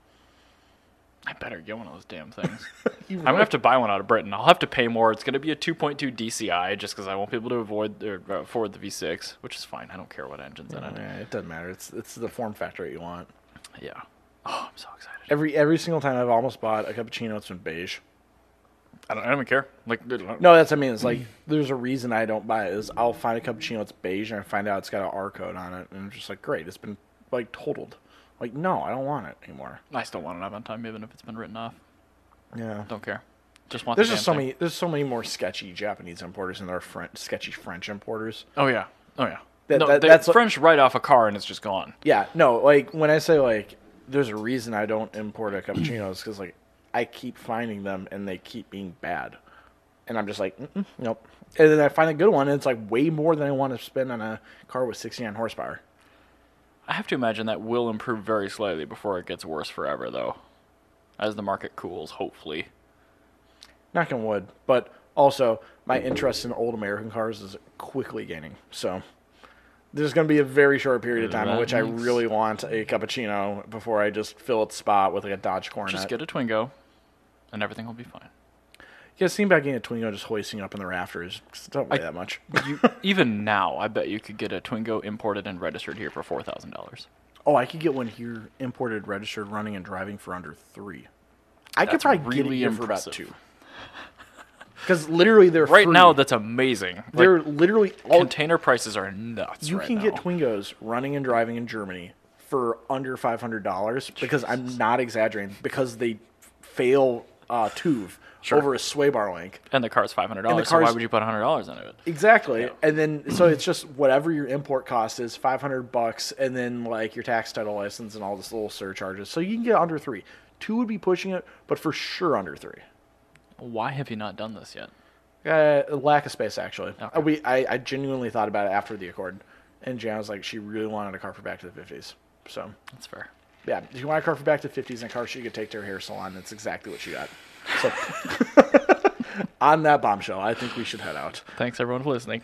A: I better get one of those damn
B: (laughs)
A: things. I'm gonna have to buy one out of Britain. I'll have to pay more. It's gonna be a 2.2 DCI just because I won't be able to avoid or uh, afford the V6, which is fine. I don't care what engine's in it.
B: Yeah, it doesn't matter. It's it's the form factor that you want.
A: Yeah. Oh, I'm so excited.
B: Every every single time I've almost bought a cappuccino, it's been beige.
A: I don't, I don't even care. Like, no.
B: No, that's what I mean. It's like there's a reason I don't buy it. Is I'll find a cappuccino it's beige and I find out it's got an R code on it, and I'm just like, great, it's been like totaled. Like no, I don't want it anymore.
A: I still want it up on time, even if it's been written off.
B: Yeah.
A: Don't care. Just want.
B: There's
A: the
B: just so
A: damn
B: many. There's so many more sketchy Japanese importers than there are French, sketchy French importers.
A: thing. Oh yeah. Oh yeah.
B: That-
A: no,
B: that-
A: they-
B: that's what-
A: French right off a car and it's just gone.
B: Yeah, no, like when I say like there's a reason I don't import a cappuccino is because like I keep finding them and they keep being bad, and I'm just like Mm-mm, nope. And then I find a good one and it's like way more than I want to spend on a car with 69 horsepower.
A: I have to imagine that will improve very slightly before it gets worse forever, though. As the market cools, hopefully.
B: Knock on wood, but also my interest in old American cars is quickly gaining. So there's going to be a very short period of time in
A: That
B: which I
A: makes-
B: really want a cappuccino before I just fill its spot with like a Dodge Coronet.
A: Just get a Twingo, and everything will be fine.
B: Yeah, seeing back in a Twingo just hoisting up in the rafters just don't weigh that much.
A: You, (laughs) even now, I bet you could get a Twingo imported and registered here for four thousand dollars.
B: Oh, I could get one here, imported, registered, running, and driving for under three. I could
A: That's
B: probably get it
A: really
B: here for about
A: impressive.
B: two. Because literally, they're
A: Right
B: free.
A: now, that's amazing. Like,
B: they're literally all.
A: container prices are nuts.
B: you
A: right
B: can
A: now.
B: get Twingos running and driving in Germany for under five hundred dollars. Because I'm not exaggerating. Because they fail uh, Tuve over a sway bar link.
A: and the car's five hundred dollars. So
B: car's-
A: why would you put hundred dollars into it?
B: Exactly. And then so it's just whatever your import cost is, five hundred bucks, and then like your tax title license and all this little surcharges. So you can get under three. Two would be pushing it, but for sure under three.
A: Why have you not done this yet?
B: Uh, lack of space actually. Uh, We I, I genuinely thought about it after the Accord, and Jan was like, she really wanted a car for Back to the Fifties. So
A: That's fair.
B: yeah, if you want a car for Back to the Fifties and a car she could take to her hair salon, that's exactly what she got. So (laughs) on that bombshell, I think we should head out.
A: Thanks everyone for listening.